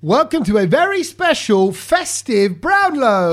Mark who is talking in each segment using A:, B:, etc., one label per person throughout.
A: Welcome to a very special festive Brownlow.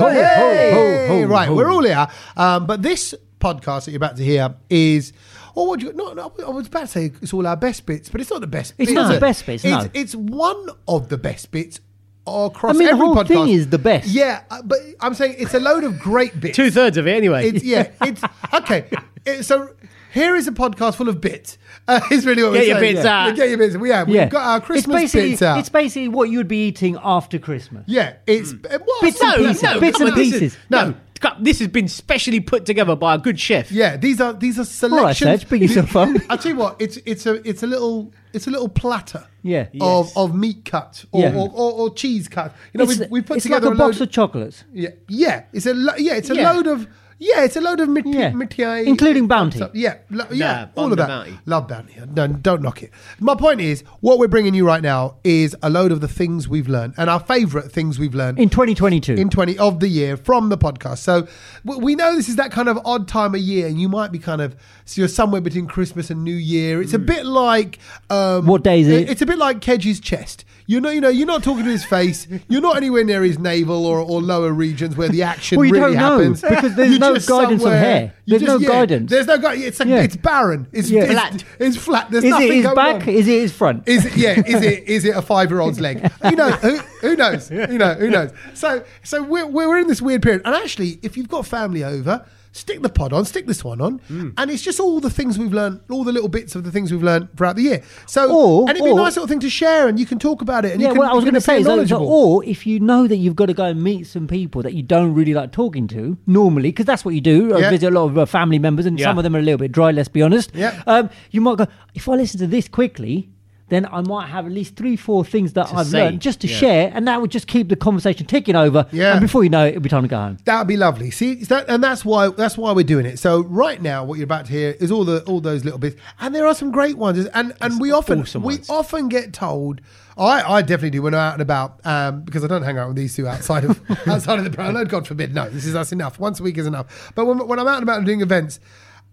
B: Ho, ho,
A: Hey!
B: ho, ho,
A: right,
B: ho.
A: we're all here. Um, but this podcast that you're about to hear is. Oh, what do you, no, no, I was about to say it's all our best bits, but it's not the best bits.
C: It's not
A: is
C: the
A: it?
C: best bits,
A: It's,
C: no.
A: it's one of the best bits across
C: I mean, the
A: every
C: whole thing
A: podcast.
C: is the best.
A: Yeah, uh, but I'm saying it's a load of great bits.
B: Two thirds of it, anyway.
A: It's, yeah, it's okay. It- so here is a podcast full of bits. Uh, is really what
B: Get
A: we're
B: your
A: saying.
B: bits out.
A: Get your bits. We have. We've got our Christmas
C: it's basically,
A: bits out.
C: It's basically what you'd be eating after Christmas.
A: yeah, it's
B: Hmm.
A: uh, what?
C: Bits and
B: no,
C: pieces.
B: no,
C: Bits
B: no,
C: and
B: this is-
C: pieces.
B: no, this has been specially put together by a good chef.
A: Yeah, these are these are
C: All right,
A: selections.
C: Serge, bring yourself up.
A: I'll tell you what, it's it's a it's a little it's a little platter.
C: Yeah.
A: Of,
B: Yes.
A: of meat cuts or,
C: Yeah.
A: or, or, or cheese cuts. You know,
C: it's
A: we, we put
C: it's
A: together
C: like a,
A: load
C: box of chocolates.
A: yeah, yeah, it's a lo- yeah, it's a
B: Yeah.
A: load of yeah, it's a load of mit-
C: Yeah.
A: mitié-
C: Including Bounty.
A: stuff. Yeah, lo- yeah,
B: Nah,
A: all
B: bond
A: of that.
B: the Bounty.
A: Love Bounty. No, don't knock it. My point is, what we're bringing you right now is a load of the things we've learned and our favourite things we've learned
C: In 2022.
A: in 20 of the year from the podcast. So w- we know this is that kind of odd time of year, and you might be kind of so you're somewhere between Christmas and New Year. It's a bit like um,
C: Mm. What day is it?
A: It's a bit like Kedge's chest. You know, you know, you're not talking to his face. You're not anywhere near his navel or, or lower regions where the action
C: Well, you
A: really
C: don't know,
A: happens
C: because there's
A: You're
C: no
A: just
C: guidance on
A: somewhere-
C: hair.
A: you're
C: There's no guidance.
A: There's no guidance. It's, like,
C: Yeah.
A: it's barren. It's,
C: Yeah.
A: it's
C: Flat.
A: It's flat. There's
C: is
A: nothing
C: it his
A: going
C: back?
A: on.
C: Is it his front?
A: Is it, yeah, is it is it a five year old's leg? You know, who, who knows? You know, who knows? So so we're, we're in this weird period. And actually, if you've got family over, stick the pod on, stick this one on,
C: Hmm.
A: and it's just all the things we've learned, all the little bits of the things we've learned throughout the year. So
C: Or-
A: and it'd be
C: or-
A: a nice little thing to share, and you can talk about it. And
C: yeah,
A: you can,
C: well, I was
A: you
C: going
A: can
C: to say,
A: appear
C: so- so-
A: knowledgeable.
C: or if you know that you've got to go and meet some people that you don't really like talking to normally, because that's what you do. I
A: Yeah.
C: visit a lot of uh, family members, and
B: Yeah.
C: some of them are a little bit dry. Let's be honest.
A: Yeah.
C: Um, you might go if I listen to this quickly. Then I might have at least three, four things that
B: To
C: I've
B: say,
C: learned just to
B: yeah.
C: share, and that would just keep the conversation ticking over.
A: Yeah.
C: And before you know it, it'll be time to go home.
A: That'd be lovely. See, it's that, and that's why that's why we're doing it. So right now, what you're about to hear is all the all those little bits, and there are some great ones. And and we often
B: awesome
A: we
B: ones.
A: often get told. I, I definitely do when I'm out and about um, because I don't hang out with these two outside of outside of the brown. load, God forbid, no, this is us enough. Once a week is enough. But when, when I'm out and about and doing events,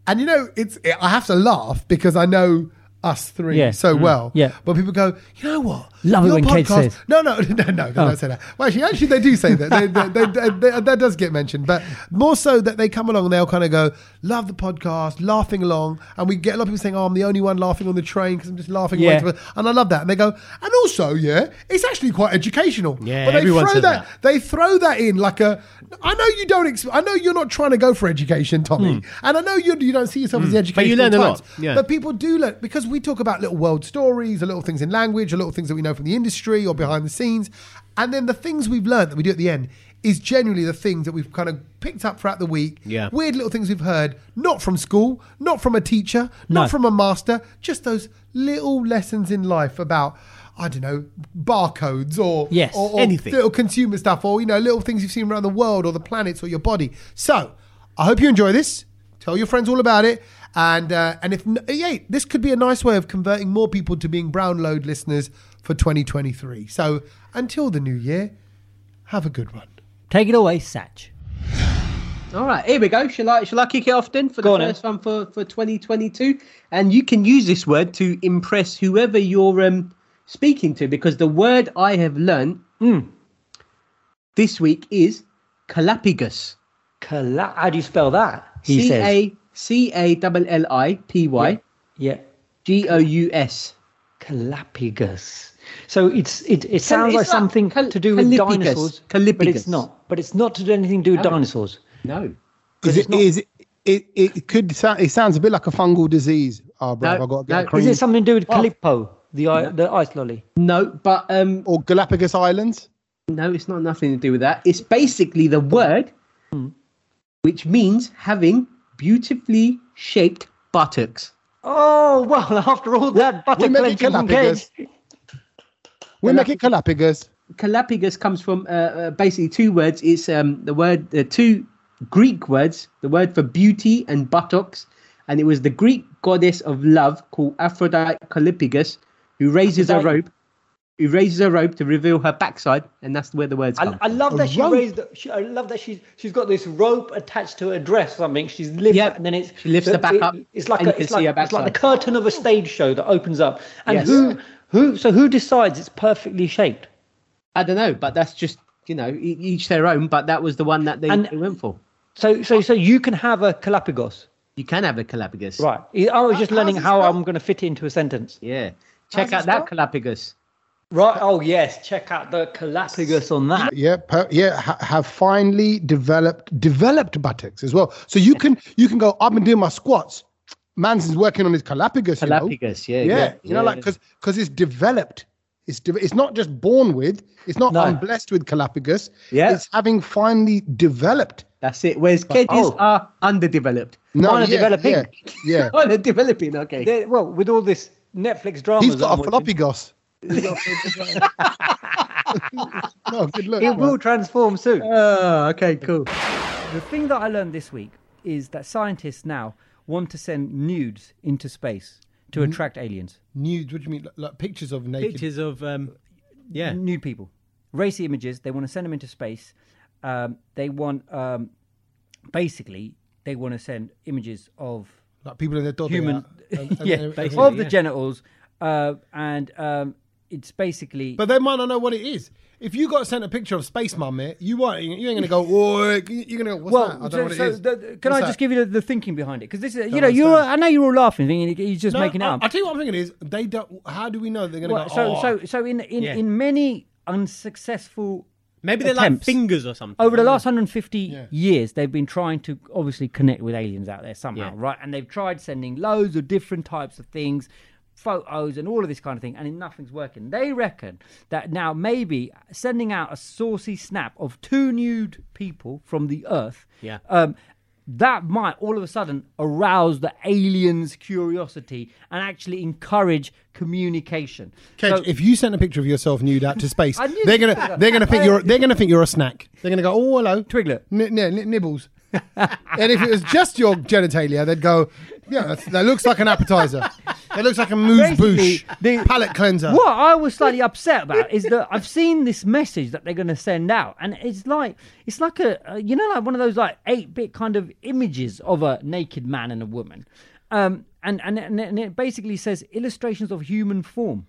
A: and you know, it's I have to laugh because I know us three
C: Yeah.
A: so
C: Mm.
A: well.
C: Yeah.
A: But people go, you know what?
C: Love it
A: Your
C: when Kate
A: podcast-
C: says.
A: no, no, no, no. They
B: Oh.
A: don't say that. Well, actually, actually, they do say that. They, they, they, they- that does get mentioned, but more so that they come along and they'll kind of go, "Love the podcast, laughing along," and we get a lot of people saying, "Oh, I'm the only one laughing on the train because I'm just laughing." away
C: Yeah.
A: to it." and I love that. And they go, and also, yeah, it's actually quite educational.
B: Yeah,
A: but they
B: everyone
A: throw
B: says
A: that,
B: that.
A: They throw that in like a. I know you don't. Ex- I know you're not trying to go for education, Tommy, and I know you, you don't see yourself as the educational.
B: Hmm. But you learn a lot.
A: types.
B: Yeah.
A: But people do learn because we talk about little world stories, or little things in language, or little things that we know from the industry or behind the scenes. And then the things we've learned that we do at the end is generally the things that we've kind of picked up throughout the week.
B: Yeah.
A: Weird little things we've heard, not from school, not from a teacher, not
C: No.
A: from a master, just those little lessons in life about. I don't know barcodes or
C: Yes,
A: or, or
B: anything.
A: little consumer stuff or you know little things you've seen around the world or the planets or your body. So I hope you enjoy this. Tell your friends all about it, and uh, and if n- yeah, this could be a nice way of converting more people to being brown load listeners for 2023. So until the new year, have a good one.
C: Take it away, Satch.
D: All right, here we go. Shall I shall I kick it off then for the
C: Go on then.
D: first one for for 2022? And you can use this word to impress whoever you're um speaking to because the word I have learned
B: Hmm.
D: this week is calapagus.
C: Cala- How do you spell that? He
D: C
C: says.
D: A C A L L I P Y
C: Yeah.
D: G O U S.
C: Calapagus. So it's it, it
D: Cal-
C: sounds
D: it's
C: like
D: not
C: something
D: cal-
C: to do with
D: calipagus.
C: dinosaurs, but
D: Calipagus.
C: it's not. But it's not to do anything to do with
D: No.
C: dinosaurs.
D: No.
C: 'Cause
E: Is
C: it's
E: it,
C: not-
E: is it, it, it could sound, it sounds a bit like a fungal disease. Oh, bro,
D: No,
E: I've got to
D: no. Is
E: get a
C: Is
E: cream.
C: it something to do with Calippo, the i
D: No.
C: the ice lolly?
D: No, but um
E: or Galapagos Islands?
D: no, it's not nothing to do with that. It's basically the word
C: Hmm.
D: which means having beautifully shaped buttocks.
C: Oh well, after all that butter
E: we make it
C: clenching from
E: Calapagus.
C: Kate.
E: We make it Galapagos.
D: Calapagus comes from uh, uh, basically two words. It's um, the word, the two Greek words, the word for beauty and buttocks, and it was the Greek goddess of love called Aphrodite Calapagus, who raises a
C: Aphrodite.
D: rope, who raises a rope to reveal her backside, and that's where the words
C: I,
D: come.
C: I love that she
E: rope.
C: raised. the- She, I love that she's she's got this rope attached to her dress. or Something she's lifts
D: Yeah,
C: up and then it's
D: she lifts her back up
C: It's like
D: and
C: a,
D: you can
C: it's
D: see
C: like
D: her
C: it's like the
D: backside.
C: curtain of a stage show that opens up. And
D: Yes.
C: who who so who decides it's perfectly shaped?
D: I don't know, but that's just you know e- each their own. But that was the one that they,
C: And-
D: they went for.
C: So, so, so you can have a Galapagos,
D: You can have a Calapagus.
C: right? I was just
A: How-
C: learning
A: how's it
C: how
A: spelled?
C: I'm going to fit it into a sentence.
D: Yeah. Check
A: How's
D: out
A: it
D: that Calapagus.
C: Right. Oh yes, check out the Galapagos on that.
E: Yeah, per, yeah, ha, have finely developed developed buttocks as well. So you can you can go. I've been doing my squats. Manson's working on his calapagus. you know?
D: Calapagus. Yeah.
E: yeah, you know, like because because it's developed. It's de- it's not just born with. It's not
C: No.
E: I'm blessed with calapagus.
D: Yeah.
E: it's having finely developed.
D: That's it. Whereas keddies
C: Oh.
D: are underdeveloped.
E: No,
C: Mine are developing.
E: Yeah, yeah.
D: Oh, they're developing. Okay.
C: There- well, with all this Netflix drama,
E: he's got a falopigos. no, good luck.
C: It will
E: man.
C: transform
E: Uh,
C: soon.
D: Oh, okay, cool.
C: The thing that I learned this week is that scientists now want to send nudes into space to
A: Mm-hmm.
C: attract aliens.
A: Nudes? What do you mean? Like, like pictures of naked?
B: Pictures of um, yeah.
C: Nude people. Racy images, they want to send them into space. Um, they want, um, basically, they want to send images of
A: Like people in their dog.
C: Human-
B: Yeah, basically.
C: of the genitals. Uh, and um, it's basically.
A: But they might not know what it is. If you got sent a picture of Space Mum, mate, you weren't. You ain't gonna go. Whoa, you're gonna go. What's
C: well,
A: that? I don't
C: so-
A: know what
C: so
A: it is.
C: the- the- can
A: What's
C: I
A: that?
C: just give you the, the thinking behind it? Because this is, you know, you're. I know you're all laughing, thinking he's just making it
A: I,
C: up.
A: I tell you what I'm thinking is they don't. How do we know they're gonna
C: Well,
A: go?
C: so,
A: oh,
C: so, so in in,
B: Yeah.
C: in many unsuccessful
B: Maybe they're
C: attempts.
B: like fingers or something.
C: over the last 150 years, they've been trying to obviously connect with aliens out there somehow,
B: Yeah.
C: right? And they've tried sending loads of different types of things, photos, and all of this kind of thing, and nothing's working. They reckon that now maybe sending out a saucy snap of two nude people from the Earth,
B: Yeah.
C: um, that might all of a sudden arouse the aliens' curiosity and actually encourage communication.
A: Kedge,
C: So-
A: if you sent a picture of yourself nude out to space,
C: I knew
A: they're
C: this
A: gonna
C: was-
A: they're gonna think
C: I-
A: you're they're gonna think you're a snack. They're gonna go, oh hello,
C: Twiglet.
A: N- n- n- nibbles. and if it was just your genitalia, they'd go, yeah, that's, that looks like an appetizer. That looks like a mousse bouche
C: Basically, the-
A: palate cleanser.
C: What I was slightly upset about is that I've seen this message that they're going to send out, and it's like it's like a, a you know like one of those like eight bit kind of images of a naked man and a woman, um, and and and it, and it basically says illustrations of human form,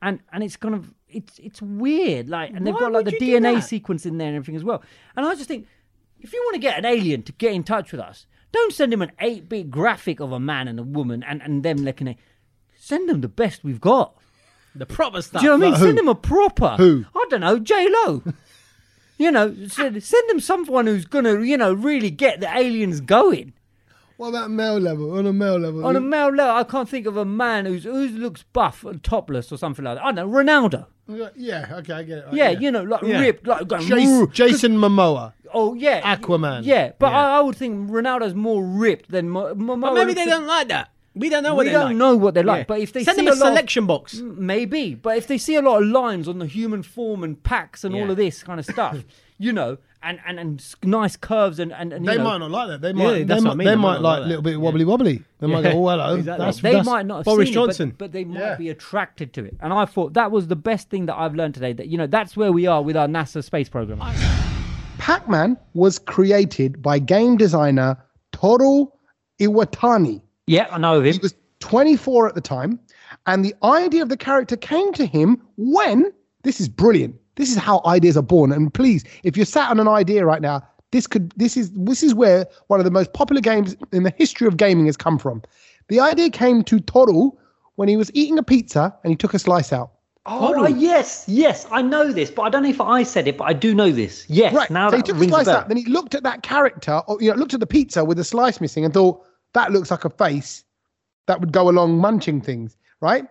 C: and and it's kind of it's it's weird like and they've
B: Why
C: got like the
B: would you do
C: DNA
B: that?
C: sequence in there and everything as well, and I just think if you want to get an alien to get in touch with us, don't send him an eight bit graphic of a man and a woman and and them looking at. Send them the best we've got.
B: the proper stuff.
C: Do you know what I mean?
A: Like
C: send
A: who?
C: them a proper.
A: Who?
C: I don't know, J Lo. you know, send, send them someone who's gonna, you know, really get the aliens going.
A: What about male level? On a male level,
C: On a
B: Mm.
A: you-
C: male level, I can't think of a man who's who looks buff and topless or something like that. I don't know, Ronaldo.
A: yeah, okay, I get it.
C: Yeah, you know, like
B: Uh, Yeah.
C: ripped, like going,
A: Jason,
C: "Ooh."
A: Jason Momoa.
C: Oh yeah,
A: Aquaman.
C: Yeah, but
B: Yeah.
C: I, I would think Ronaldo's more ripped than Mo- Mo-
B: But
C: Mo-
B: maybe they don't like that. We don't know what
C: We
B: they
C: don't
B: like.
C: know what they're like,
B: Yeah.
C: but if they
B: send
C: see
B: them a,
C: a lot of-
B: selection box,
C: Maybe, but if they see a lot of lines on the human form and packs and all
B: Yeah.
C: of this kind of stuff, you know, and and and s- nice curves and and, and you
A: They
C: know,
A: might not like that. They might. they
B: that's what I
A: might,
B: mean.
A: they
B: They might not
A: might like a
B: like
A: little
B: that.
A: bit wobbly wobbly. They might
B: Yeah.
A: go, oh hello.
B: Exactly.
A: That's,
C: they
A: that's-
C: might not have
B: Boris
C: seen
B: Johnson.
C: it, but, but they might
A: Yeah.
C: be attracted to it. And I thought that was the best thing that I've learned today. That you know, that's where we are with our NASA space program.
E: Pac-Man was created by game designer Toru Iwatani.
C: yeah, I know of him.
E: He was 24 at the time, and the idea of the character came to him when this is brilliant. This is how ideas are born. And please, if you're sat on an idea right now, this could this is this is where one of the most popular games in the history of gaming has come from. The idea came to Toru when he was eating a pizza and he took a slice out.
C: Oh, yes, yes, I know this, but I don't know if I said it, but I do know this. Yes,
E: Right. so he took a slice out, then he looked at that character, or you know, looked at the pizza with the slice missing and thought, that looks like a face that would go along munching things, right?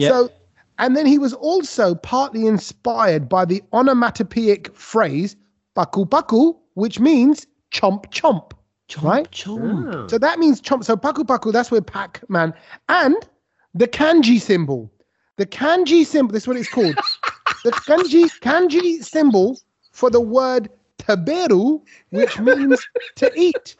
E: So and then he was also partly inspired by the onomatopoeic phrase baku baku, which means chomp chomp. Oh. right? So that means chomp. So paku paku, that's where Pac-Man and the kanji symbol. The kanji symbol, this is what it's called. the kanji kanji symbol for the word taberu, which means to eat.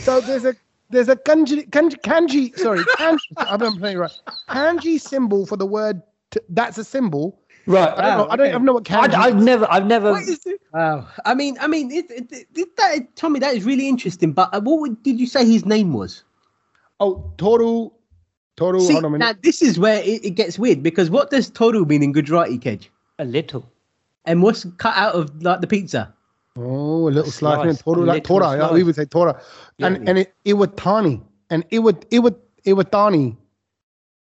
E: So there's a there's a kanji kanji, kanji sorry, kanji, I'm not playing it right. Kanji symbol for the word t- that's a symbol.
C: Right.
E: I don't know. I don't even know what kanji.
C: Oh, I, have never, I've never.
E: What is it?
D: Wow. I mean, I mean, it, it, it- that, Tommy, that is really interesting. But uh, what would- did you say his name was?
E: Oh, toru, toru.
D: See,
E: hold on a minute.
D: now this is where it, it gets weird because what does Toru mean in Gujarati, Kedge?
C: A little.
D: and what's cut out of like the pizza?
E: Oh, a little slice,
D: slice,
E: man. Toro,
D: a
E: like
D: little
E: Tora. yeah, we
D: slice.
E: would say Tora. And
D: Yeah.
E: and it, Iwatani. And Iwat Iwat Iwatani.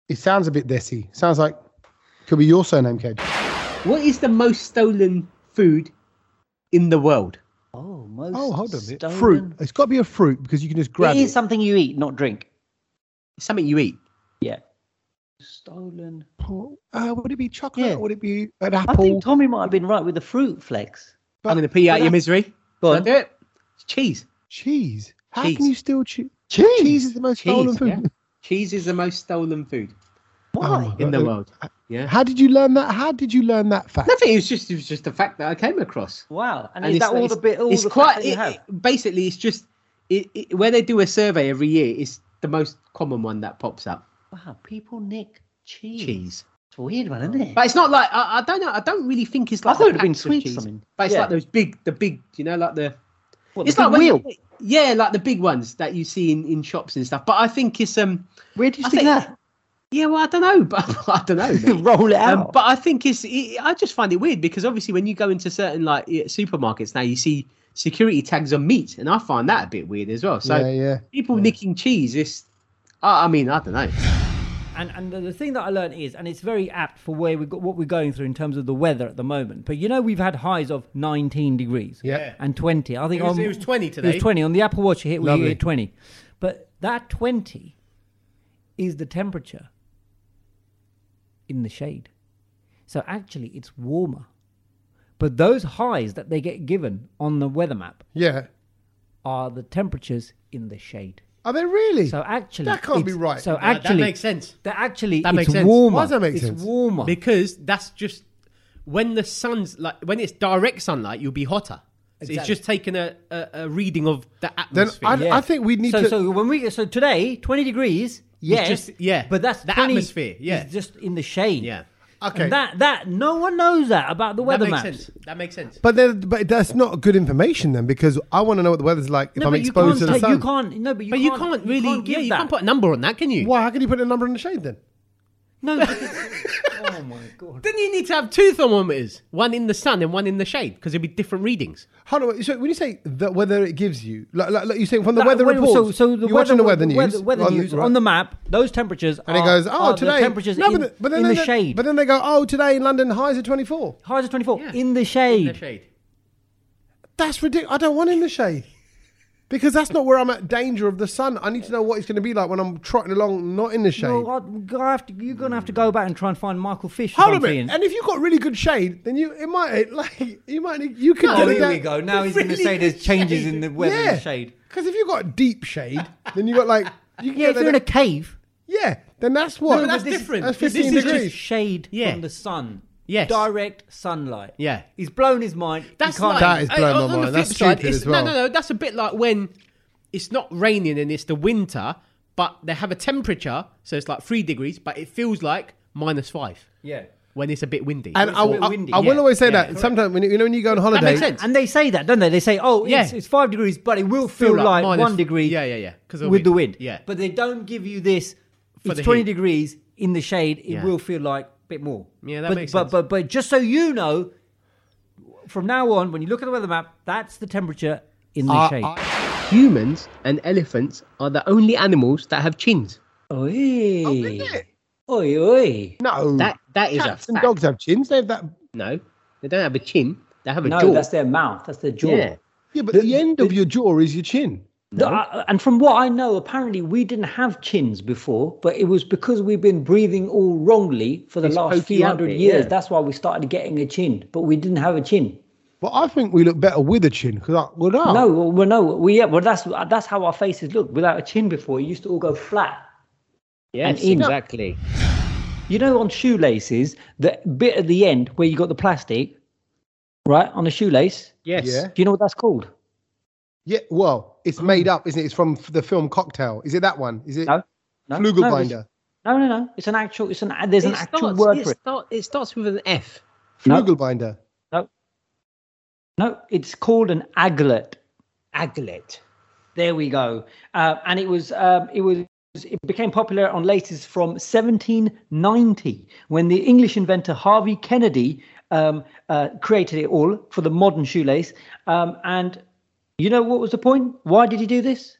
E: It sounds a bit desi. Sounds like could be your surname, Cage.
D: What is the most stolen food in the world?
F: Oh, most
E: Oh, hold on a minute.
F: stolen-
E: Fruit. It's got to be a fruit because you can just grab
F: it
E: it.
F: is something you eat, not drink.
D: Something you eat.
F: Yeah. Stolen.
E: Uh, would it be chocolate?
F: Yeah.
E: Would it be an
F: I
E: apple?
F: think Tommy might have been right with the fruit flex.
D: I'm going to pee you out
F: but
D: your
F: I-
D: misery.
F: Go
D: Can I
F: on.
D: do it? It's cheese.
E: cheese. How
D: Cheese.
E: can you steal cheese? Cheese. is the most
D: Cheese,
E: stolen food.
D: yeah. Cheese is the most stolen food
F: Why?
D: in the
E: Uh,
D: world. Yeah.
E: How did you learn that? How did you learn that fact?
D: Nothing. It was just it was just a fact that I came across.
F: Wow. And,
D: And
F: is
D: it's-
F: that all the
D: it's-
F: bit? All
D: it's
F: the
D: quite
F: facts that you
D: it-
F: have?
D: it- basically it's just it, it, where they do a survey every year. It's the most common one that pops up.
F: wow. People nick cheese.
D: Cheese.
F: It's a weird one, isn't it?
D: But it's not like I, I don't know. I don't really think it's
F: I
D: like
F: thought
D: the
F: it would have been
D: packs of
F: sweet or
D: cheese,
F: something.
D: But it's
F: Yeah.
D: like those big, the big, you know, like the
F: What,
D: it's
F: the
D: like
F: big
D: when-
F: wheel.
D: yeah, like the big ones that you see in, in shops and stuff. But I think it's um
F: Where do you
D: I
F: stick
D: think-
F: that?
D: yeah, well I don't know, but I don't know. mate.
F: Roll it out.
D: Um, but I think it's. It, I just find it weird because obviously when you go into certain like yeah, supermarkets now, you see security tags on meat, and I find that a bit weird as well. So
E: yeah, yeah.
D: people nicking cheese is. I I mean, I don't know.
C: And and the, the thing that I learned is, and it's very apt for where we got what we're going through in terms of the weather at the moment. But you know, we've had highs of 19 degrees,
B: Yeah.
C: and 20. I think
B: It was-
C: on-
B: it was 20
C: It
B: today.
C: was 20 on the Apple Watch. It hit we
E: Lovely.
C: hit 20, but that 20 is the temperature in the shade. So actually, it's warmer. But those highs that they get given on the weather map
A: Yeah.
C: are the temperatures in the shade.
A: Are they really?
C: So actually,
A: That can't be
C: it's-
A: right.
C: So
A: No,
B: that
C: actually,
B: makes sense.
C: That actually,
B: That
C: it's
B: makes sense.
C: warmer.
A: Why does that make
C: it's
A: sense?
C: warmer.
B: because that's just when the sun's like when it's direct sunlight, you'll be hotter. So It's
C: Exactly.
B: just taking a, a, a reading of the
A: then
B: atmosphere.
A: I,
C: Yeah.
A: I think we need
C: so,
A: to.
C: So when we so today, twenty degrees. Yes,
B: just- yeah,
C: But that's
B: the
C: 20
B: atmosphere, yeah.
C: is just in the shade.
B: yeah,
A: Okay.
C: And that that no one knows that about the
B: that
C: weather
B: makes
C: maps.
B: sense. That makes sense.
A: but then, but that's not good information then, because I want to know what the weather's like if
C: No,
A: I'm
C: but
A: exposed to
C: you
A: the
C: can't. take-
A: sun.
C: you can't. No, but you
B: but you
C: can't,
B: can't, really.
C: give
B: yeah, you
C: that.
B: can't put a number on that, can you?
A: Why? How can you put a number in the shade then?
C: No. but- oh my god.
B: Then you need to have two thermometers, one in the sun and one in the shade, because it'd be different readings.
A: Hold on. So when you say the weather it gives you, like, like, like you're saying from the
C: That-
A: weather
C: wait,
A: report,
C: So, so the
A: you're watching the weather news,
C: Weather, weather
A: on the-
C: news
A: right.
C: on the map. Those temperatures
A: and it
C: are-
A: goes, oh,
C: are
A: today
C: the temperatures
A: No,
C: in,
A: but, but then
C: in
A: they
C: the
A: go-
C: shade.
A: But then they go, oh, today in London highs are 24.
C: Highs are twenty four
B: Yeah.
C: in the
B: In
C: shade.
B: the shade.
A: That's ridiculous. I don't want in the shade. Because that's not where I'm at danger of the sun. I need to know what it's going to be like when I'm trotting along, not in the shade.
C: No, I, I have to, you're going to have to go back and try and find Michael Fish.
A: Hold
C: if
A: on a
C: I'm
A: minute.
C: seeing.
A: And if you've got really good shade, then you it might like you might need- you could
C: Oh,
A: get it
C: here we
A: down-
C: go. Now he's going to
B: Really
C: say there's changes
B: shade.
C: in the weather and shade.
A: Because if you've got deep shade, then you got like you can
C: Yeah,
A: get
C: if you're in
A: that-
C: a cave,
A: yeah. Then that's what.
B: but that's different.
A: That's
B: This
A: 15
B: is just-
A: degrees.
C: just shade
B: Yeah.
C: from the sun.
B: Yes.
C: Direct sunlight.
B: Yeah.
C: He's blown his mind. He
B: That's
C: can't-
B: like
A: That is
B: uh,
A: blowing my
B: on the
A: mind.
B: flip
A: That's
B: side,
A: stupid
B: it's-
A: as well.
B: No, no, no. That's a bit like when it's not raining and it's the winter, but they have a temperature, so it's like three degrees, but it feels like minus five
C: Yeah.
B: when it's a bit windy.
A: And
C: It's
A: I,
C: a bit
A: I,
C: windy.
A: I will
B: Yeah,
A: always say
B: yeah,
A: that
B: correct.
A: sometimes when you you know when you go on holiday,
B: makes sense.
C: And they say that, don't they? They say, oh, it's,
B: Yeah.
C: it's five degrees, but it will feel,
B: like
C: like,
B: minus-
C: one degree
B: Yeah, yeah, yeah, 'cause of
C: with
B: the
C: the
B: wind.
C: wind.
B: Yeah.
C: But they don't give you this, it's
B: the
C: 20
B: heat.
C: degrees in the shade, it
B: Yeah.
C: will feel like a bit more.
B: Yeah, that
C: but,
B: makes
C: but,
B: sense.
C: But, but just so you know, from now on, when you look at the weather map, that's the temperature in
F: Ah,
C: the shade.
D: Humans and elephants are the only animals that have chins.
F: Oi.
E: it?
F: Oi, oi.
E: No,
D: That that is
E: cats
D: a
E: and
D: fact.
E: dogs have chins. They have that.
D: No, they don't have a chin. They have a
F: No,
D: jaw.
F: that's their mouth. That's their jaw.
D: Yeah.
E: Yeah, but the, end of your jaw is your chin.
F: The- I- and from what I know, apparently we didn't have chins before, but it was because we've been breathing all wrongly for the
D: It's
F: last
D: pokey
F: few
D: out
F: hundred
D: there,
F: years.
D: yeah.
F: That's why we started getting a chin, but we didn't have a chin.
E: Well, I think we look better with a chin because I well, no.
F: No, well, well, no, we yeah, well that's that's how our faces looked without a chin before. It used to all go flat.
D: Yes,
F: And in-
D: exactly.
F: You know, on shoelaces, the bit at the end where you got the plastic, right on a shoelace.
D: Yes.
E: Yeah.
F: Do you know what that's called?
E: Yeah, well, it's made up, isn't it? It's from f- the film Cocktail. Is it that one? Is it
F: No, no, no,
E: Flugelbinder?
F: it's- No, no, no. It's an actual. It's an. There's an
D: It
F: actual
D: starts-
F: word
D: it
F: for it.
D: start- it starts with an F.
F: No.
E: Flugelbinder.
F: No, it's called an aglet.
D: Aglet.
F: There we go. Uh, and it was um, it was it became popular on laces from 1790 when the English inventor Harvey Kennedy um, uh, created it all for the modern shoelace. Um, and you know what was the point? Why did he do this?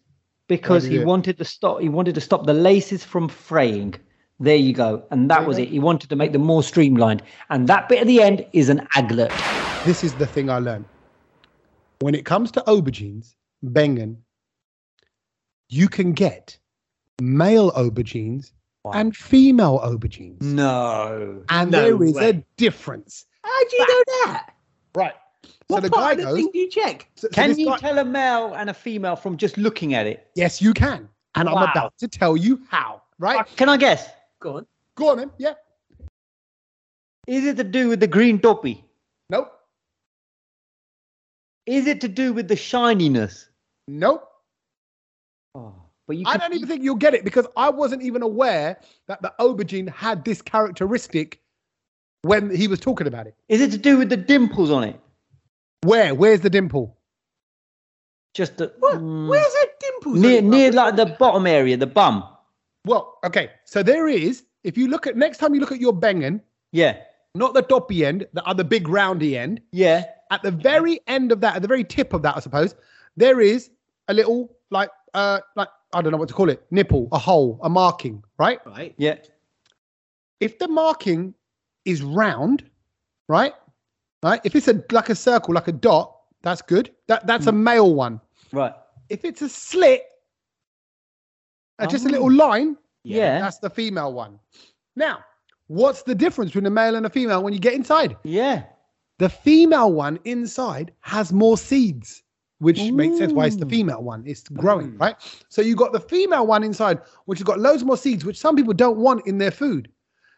F: Because he wanted to stop. He wanted to stop the laces from fraying. There you go. And that was it. He wanted to make them more streamlined. And that bit at the end is an aglet.
E: This is the thing I learned. When it comes to aubergines, Bengen, you can get male aubergines and female aubergines.
F: Mm. No.
E: And
F: No
E: there is a
F: way.
E: difference.
A: How do you know that?
E: Right.
A: What
E: so the guy
A: part of the
E: goes.
A: thing do you check?
E: so- so
F: Can
E: this
F: you
E: guy-
F: tell a male and a female from just looking at it?
E: Yes, you can. And I'm
F: Wow.
E: about to tell you how. Right?
F: Can I guess?
A: Go on.
E: Go on then. Yeah.
F: Is it to do with the green doppy?
E: Nope.
F: Is it to do with the shininess?
E: Nope.
F: Oh, but you
E: I
F: could-
E: don't even think you'll get it because I wasn't even aware that the aubergine had this characteristic when he was talking about it.
F: Is it to do with the dimples on it?
E: Where? Where's the dimple?
F: Just the
A: What?
F: Mm.
A: Where's that dimple?
F: near near like the bottom area, the bum.
E: Well, okay. So there is, if you look at next time you look at your bengen,
F: Yeah,
E: not the doppy end, the other big roundy end,
F: yeah.
E: at the very end of that, at the very tip of that, I suppose, there is a little like uh like I don't know what to call it, nipple, a hole, a marking, right?
D: Right.
F: Yeah.
E: if the marking is round, right? Right? If it's a like a circle, like a dot, that's good. That that's a male one.
F: Mm. Right.
E: If it's a slit, uh, just a little line,
F: Oh. Yeah.
E: that's the female one. Now, what's the difference between a male and a female when you get inside?
F: Yeah.
E: The female one inside has more seeds, which makes sense why it's the female one. It's growing,
F: Mm.
E: right? So you got the female one inside, which has got loads more seeds, which some people don't want in their food.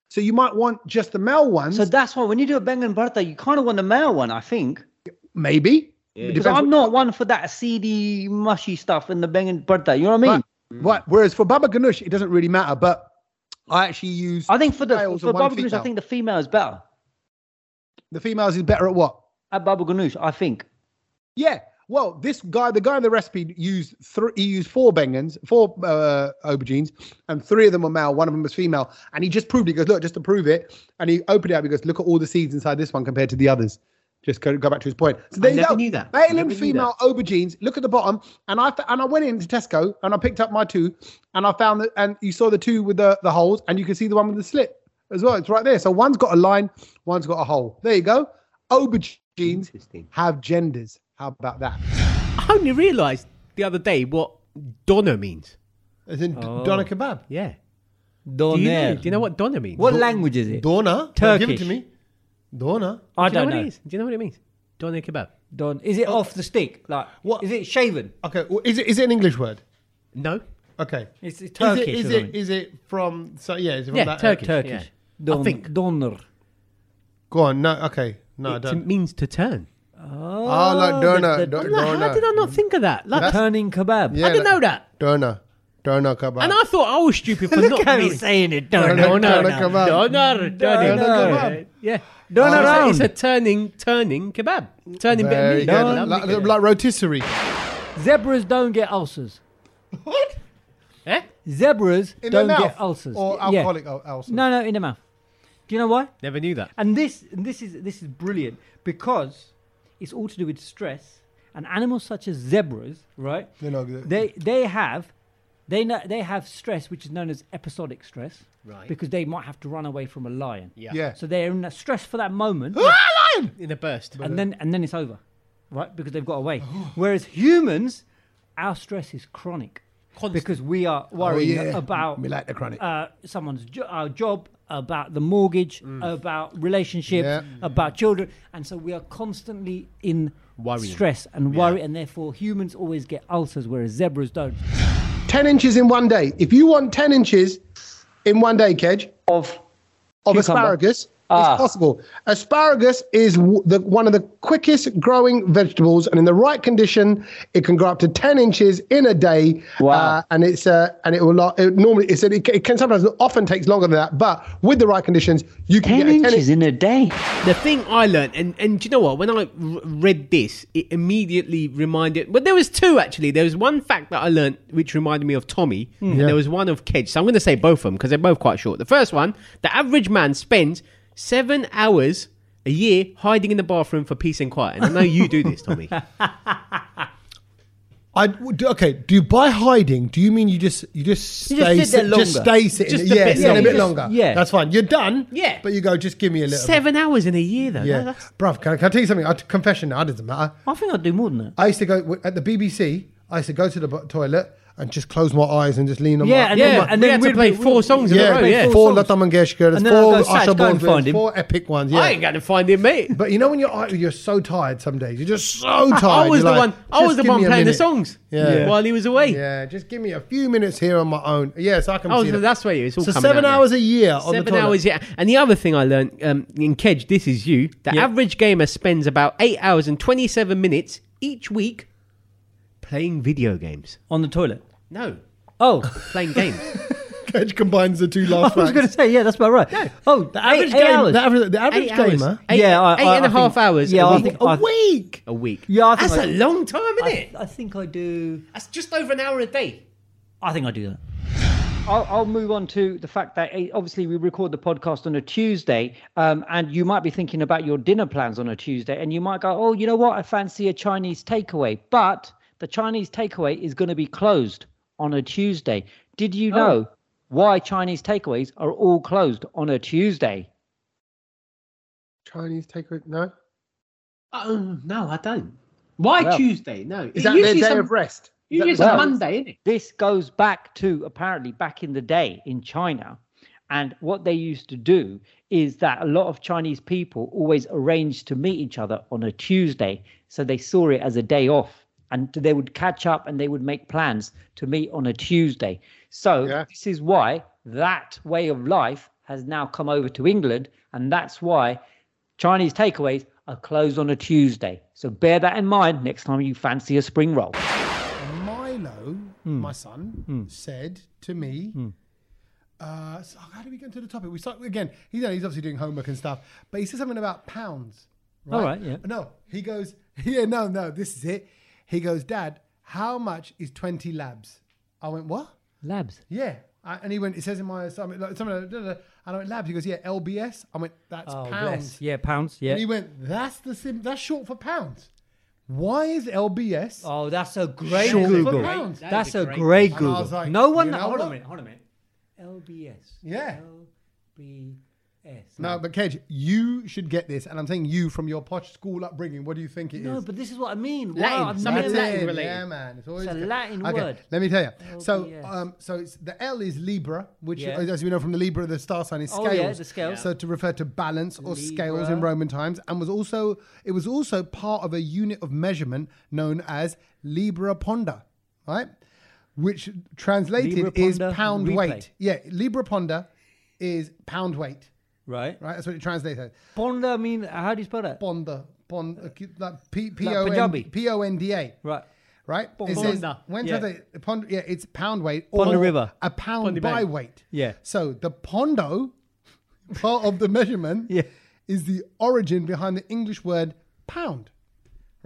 E: So you might want just the male ones.
F: So that's why when you do a Bengan Bharata, you kind of want the male one, I think.
E: Maybe. It
F: Because
E: depends
F: I'm not one for that seedy, mushy stuff in the Bengan Bharata. You know what I mean?
E: Right. what- Mm. what- Whereas for Baba Ganoush, it doesn't really matter. But I actually use
F: I think for the
E: Males
F: for
E: and one
F: Baba Ganoush, I
E: female.
F: think the female is better.
E: the females is better at what?
F: At Baba Ganoush, I think.
E: Yeah. Well, this guy, the guy in the recipe, used three. He used four bengans, four uh, aubergines, and three of them were male. One of them was female, and he just proved. It. He goes, look, just to prove it, and he opened it up. He goes, look at all the seeds inside this one compared to the others. Just go, go back to his point. So there you
D: never
E: go.
D: knew that. I
E: Male
D: never
E: and
D: knew
E: female aubergines. Look at the bottom, and I fa- and I went into Tesco and I picked up my two, and I found that, and you saw the two with the the holes, and you can see the one with the slit as well. It's right there. So one's got a line, one's got a hole. There you go. Aubergines
A: Interesting.
E: have genders. How about that?
D: I only realised the other day what doner means.
G: As in oh. doner kebab.
D: Yeah. Do
C: Doner.
D: you, know, do you know what doner means?
C: What language is it?
G: Dona. Give it
C: Turkish.
G: to me. Dona.
C: I
D: do you know
C: don't
D: what
C: know.
D: it is? Do you know what it means? Doner kebab.
C: Don. Is it off the stick? Like
G: What-
C: what? Is it shaven?
G: Okay. well, is it is it an English word?
D: No.
G: Okay.
C: It's,
G: Is
C: it's Turkish.
G: it is
C: or
G: it
C: something.
G: is it from so yeah, is it from
D: Yeah,
G: that uh,
D: Turkish.
C: Turkish?
D: Yeah.
C: Don,
D: I think
C: Donner.
G: Go on, no, okay. No, I
D: it
G: don't.
D: means to turn.
C: Oh,
G: Ah, like doner, don-
D: Like,
G: doner.
D: How did I not think of that? Like,
C: turning kebab.
G: Yeah,
D: I didn't
G: like-
D: know that.
G: Doner. Doner kebab.
D: And I thought I was stupid for
C: Look
D: not
C: how he's
D: being.
C: saying it.
G: Doner,
C: Doner,
G: doner,
C: doner,
G: kebab.
D: Doner, doner,
G: kebab.
D: Yeah.
C: Doner
D: It's a-
C: round.
D: It's a turning, turning kebab. Turning bit of
G: Very
D: meat.
G: good.
D: Lovely
G: Like,
D: bit.
G: like rotisserie.
C: Zebras don't get ulcers.
G: What?
D: Eh?
C: Zebras
G: In
C: don't
G: the mouth
C: get ulcers.
G: or
C: Yeah.
G: alcoholic al- ulcers.
C: No, no, in the mouth. Do you know why?
D: Never knew that.
C: And this, and this is this is brilliant because it's all to do with stress. And animals such as zebras, right?
G: They're not good.
C: They they have they know, they have stress which is known as episodic stress,
D: Right.
C: Because they might have to run away from a lion.
G: yeah.
C: So they're in that stress for that moment,
D: In a burst.
C: and then and then it's over, right? Because they've got away. Whereas humans, our stress is chronic
D: Constant.
C: because we are worrying about
G: we like the chronic.
C: uh, someone's jo- our job, about the mortgage, about relationships,
G: Yeah.
C: about children, and so we are constantly in
D: Worrying.
C: stress and worry, and therefore humans always get ulcers, whereas zebras don't.
E: 10 inches in one day. If you want 10 inches in one day, Kedge,
F: Of
E: of
F: Cucumber.
E: asparagus,
F: Ah.
E: it's possible. Asparagus is w- the, one of the quickest growing vegetables, and in the right condition, it can grow up to 10 inches in a day.
F: Wow.
E: and it's uh, and it will la- it normally it's, it, can- it can sometimes often takes longer than that, but with the right conditions, you can get
F: ten
E: a 10
F: inches in a day.
D: The thing I learned, and, and do you know what? When I r- read this, it immediately reminded. Well, there was two actually. There was one fact that I learned which reminded me of Tommy,
E: Hmm.
D: and there was one of Kedge. So I'm going to say both of them because they're both quite short. The first one: the average man spends seven hours a year hiding in the bathroom for peace and quiet. And I know you do this, Tommy.
E: I would- okay. Do you by hiding? Do you mean you just you just
F: You just
E: stay
F: sit there
E: sit- just
F: longer.
E: stay sitting
D: Just a
E: yeah
D: bit
E: sit a bit
D: longer.
E: longer
F: Yeah.
E: that's fine you're done
D: Yeah.
E: but you go just give me a little
D: Seven hours in a year, though.
E: bit. yeah
D: No, that's-
E: bruv can I, can I tell you something I, confession now doesn't matter
F: I think I'd do more than that.
E: I used to go at the BBC I used to go to the bo- toilet and just close my eyes and just lean on
F: Yeah,
E: my Oh,
F: and
D: yeah,
F: then-
D: and then we
F: we'd
D: had to play
F: be-
D: four songs in a row.
E: yeah,
D: Yeah,
E: four Lata Mangeshkar, there's
F: And then I'll
E: four
F: go, "Sach,
E: Usher
F: go and
E: Bourne films,
F: find him."
E: four epic ones. Yeah,
D: I ain't going to find him, mate.
E: But you know when you're uh, you're so tired some days, you're just so tired.
D: I was
E: you're
D: the
E: like,
D: one. I was
E: "Just
D: the
E: give
D: one
E: me a
D: playing the
E: minute."
D: songs
E: Yeah. Yeah.
D: while he was away.
E: Yeah, just give me a few minutes here on my own. Yes, I can.
D: Oh,
E: see
D: so
E: that.
D: that's where it is. All
E: So
D: coming
E: seven
D: out now.
E: hours a year. On the
D: Seven
E: toilet.
D: hours, yeah. And the other thing I learned um, in Kedge, this is you. The
F: Yeah.
D: average gamer spends about eight hours and twenty-seven minutes each week playing video games.
F: On the toilet.
D: No,
F: Oh,
D: playing games.
E: Kedge combines the two
F: I
E: last.
F: was going to say, yeah, that's about right. Oh, the
E: average
F: eight, eight
E: game-
F: hours.
E: The average, the average
D: eight hours.
E: gamer.
D: Eight,
F: Yeah, I-
D: eight
F: I-
D: and a
F: I
D: half
F: think-
D: hours.
F: yeah,
D: a
F: I
D: week.
F: think-
D: a,
F: I-
D: week. A week.
F: Yeah, I think
D: that's
F: I-
D: a long time, isn't
F: I,
D: it?
F: I think I do.
D: That's just over an hour a day.
F: I think I do that. I'll, I'll move on to the fact that eh, obviously we record the podcast on a Tuesday, um, and you might be thinking about your dinner plans on a Tuesday, and you might go, "Oh, you know what? I fancy a Chinese takeaway," but the Chinese takeaway is going to be closed on a Tuesday. Did you know why Chinese takeaways are all closed on a Tuesday?
H: Chinese takeaway? No.
I: Oh no, I don't. Why
F: Well.
I: Tuesday? No,
H: Is that their day
I: some-
H: of rest? Is that
I: Usually it's
H: what
I: a
H: it is?
I: Monday, isn't it?
F: this goes back to apparently back in the day in China. And what they used to do is that a lot of Chinese people always arranged to meet each other on a Tuesday. So they saw it as a day off and they would catch up and they would make plans to meet on a Tuesday. So
H: Yeah.
F: this is why that way of life has now come over to England. And that's why Chinese takeaways are closed on a Tuesday. So bear that in mind next time you fancy a spring roll.
E: Milo,
F: Hmm.
E: my son, said to me, uh, so how do we get into the topic? We start again. He's, he's obviously doing homework and stuff, but he said something about pounds. Right?
F: All right, yeah.
E: No, he goes, yeah, no, no, this is it. He goes, Dad, how much is 20 labs? I went, what?
F: Labs.
E: Yeah. I, and he went, it says in my assignment, like, something, like, da, da, da. and I went, labs. He goes, yeah, LBS. I went, that's
F: Oh,
E: pounds.
F: bless. Yeah, pounds. Yeah.
E: And he went, that's the sim, that's short for pounds. Why is LBS?
F: Oh, that's a great
E: Sure.
F: Google.
E: Great. That is
F: That's a great,
E: And I
F: Google.
E: was like,
F: no one.
E: you know
F: hold
E: what?
F: on a minute. Hold on a minute. LBS.
E: Yeah.
F: LBS.
E: No, but Kedge, you should get this, and I'm saying you from your posh school upbringing. What do you think it is?
F: No, but this is what I mean.
D: Latin,
C: Oh,
F: Wow, I've
D: something
F: never-
D: Latin related.
E: Yeah, man. It's, always
F: It's a
E: good.
F: Latin word.
E: Let me tell you. So,
F: LBS.
E: um, so it's the L is Libra, which,
F: Yeah.
E: as we know from the Libra, the star sign is
F: Oh,
E: scales.
F: yeah, the scales.
E: So to refer to balance or scales
F: Libra.
E: in Roman times, and was also it was also part of a unit of measurement known as Libra Ponda, right? Which translated
F: Libra
E: is
F: ponda,
E: pound
F: replay.
E: weight. Yeah, Libra Ponda is pound weight.
F: Right.
E: Right, that's what it translates as.
F: Ponder. I mean, how do you spell that?
E: Ponda, pond, like P P O N
F: Punjabi.
E: P O N D A
F: Right.
E: right? It
F: Pond.
E: says,
F: Ponder.
E: when
F: Yeah.
E: does it- pond, yeah, it's pound weight
F: Ponder river.
E: a pound
D: Pondy
E: by
D: bank.
E: weight.
F: Yeah.
E: So the pondo part of the measurement
F: Yeah.
E: is the origin behind the English word pound,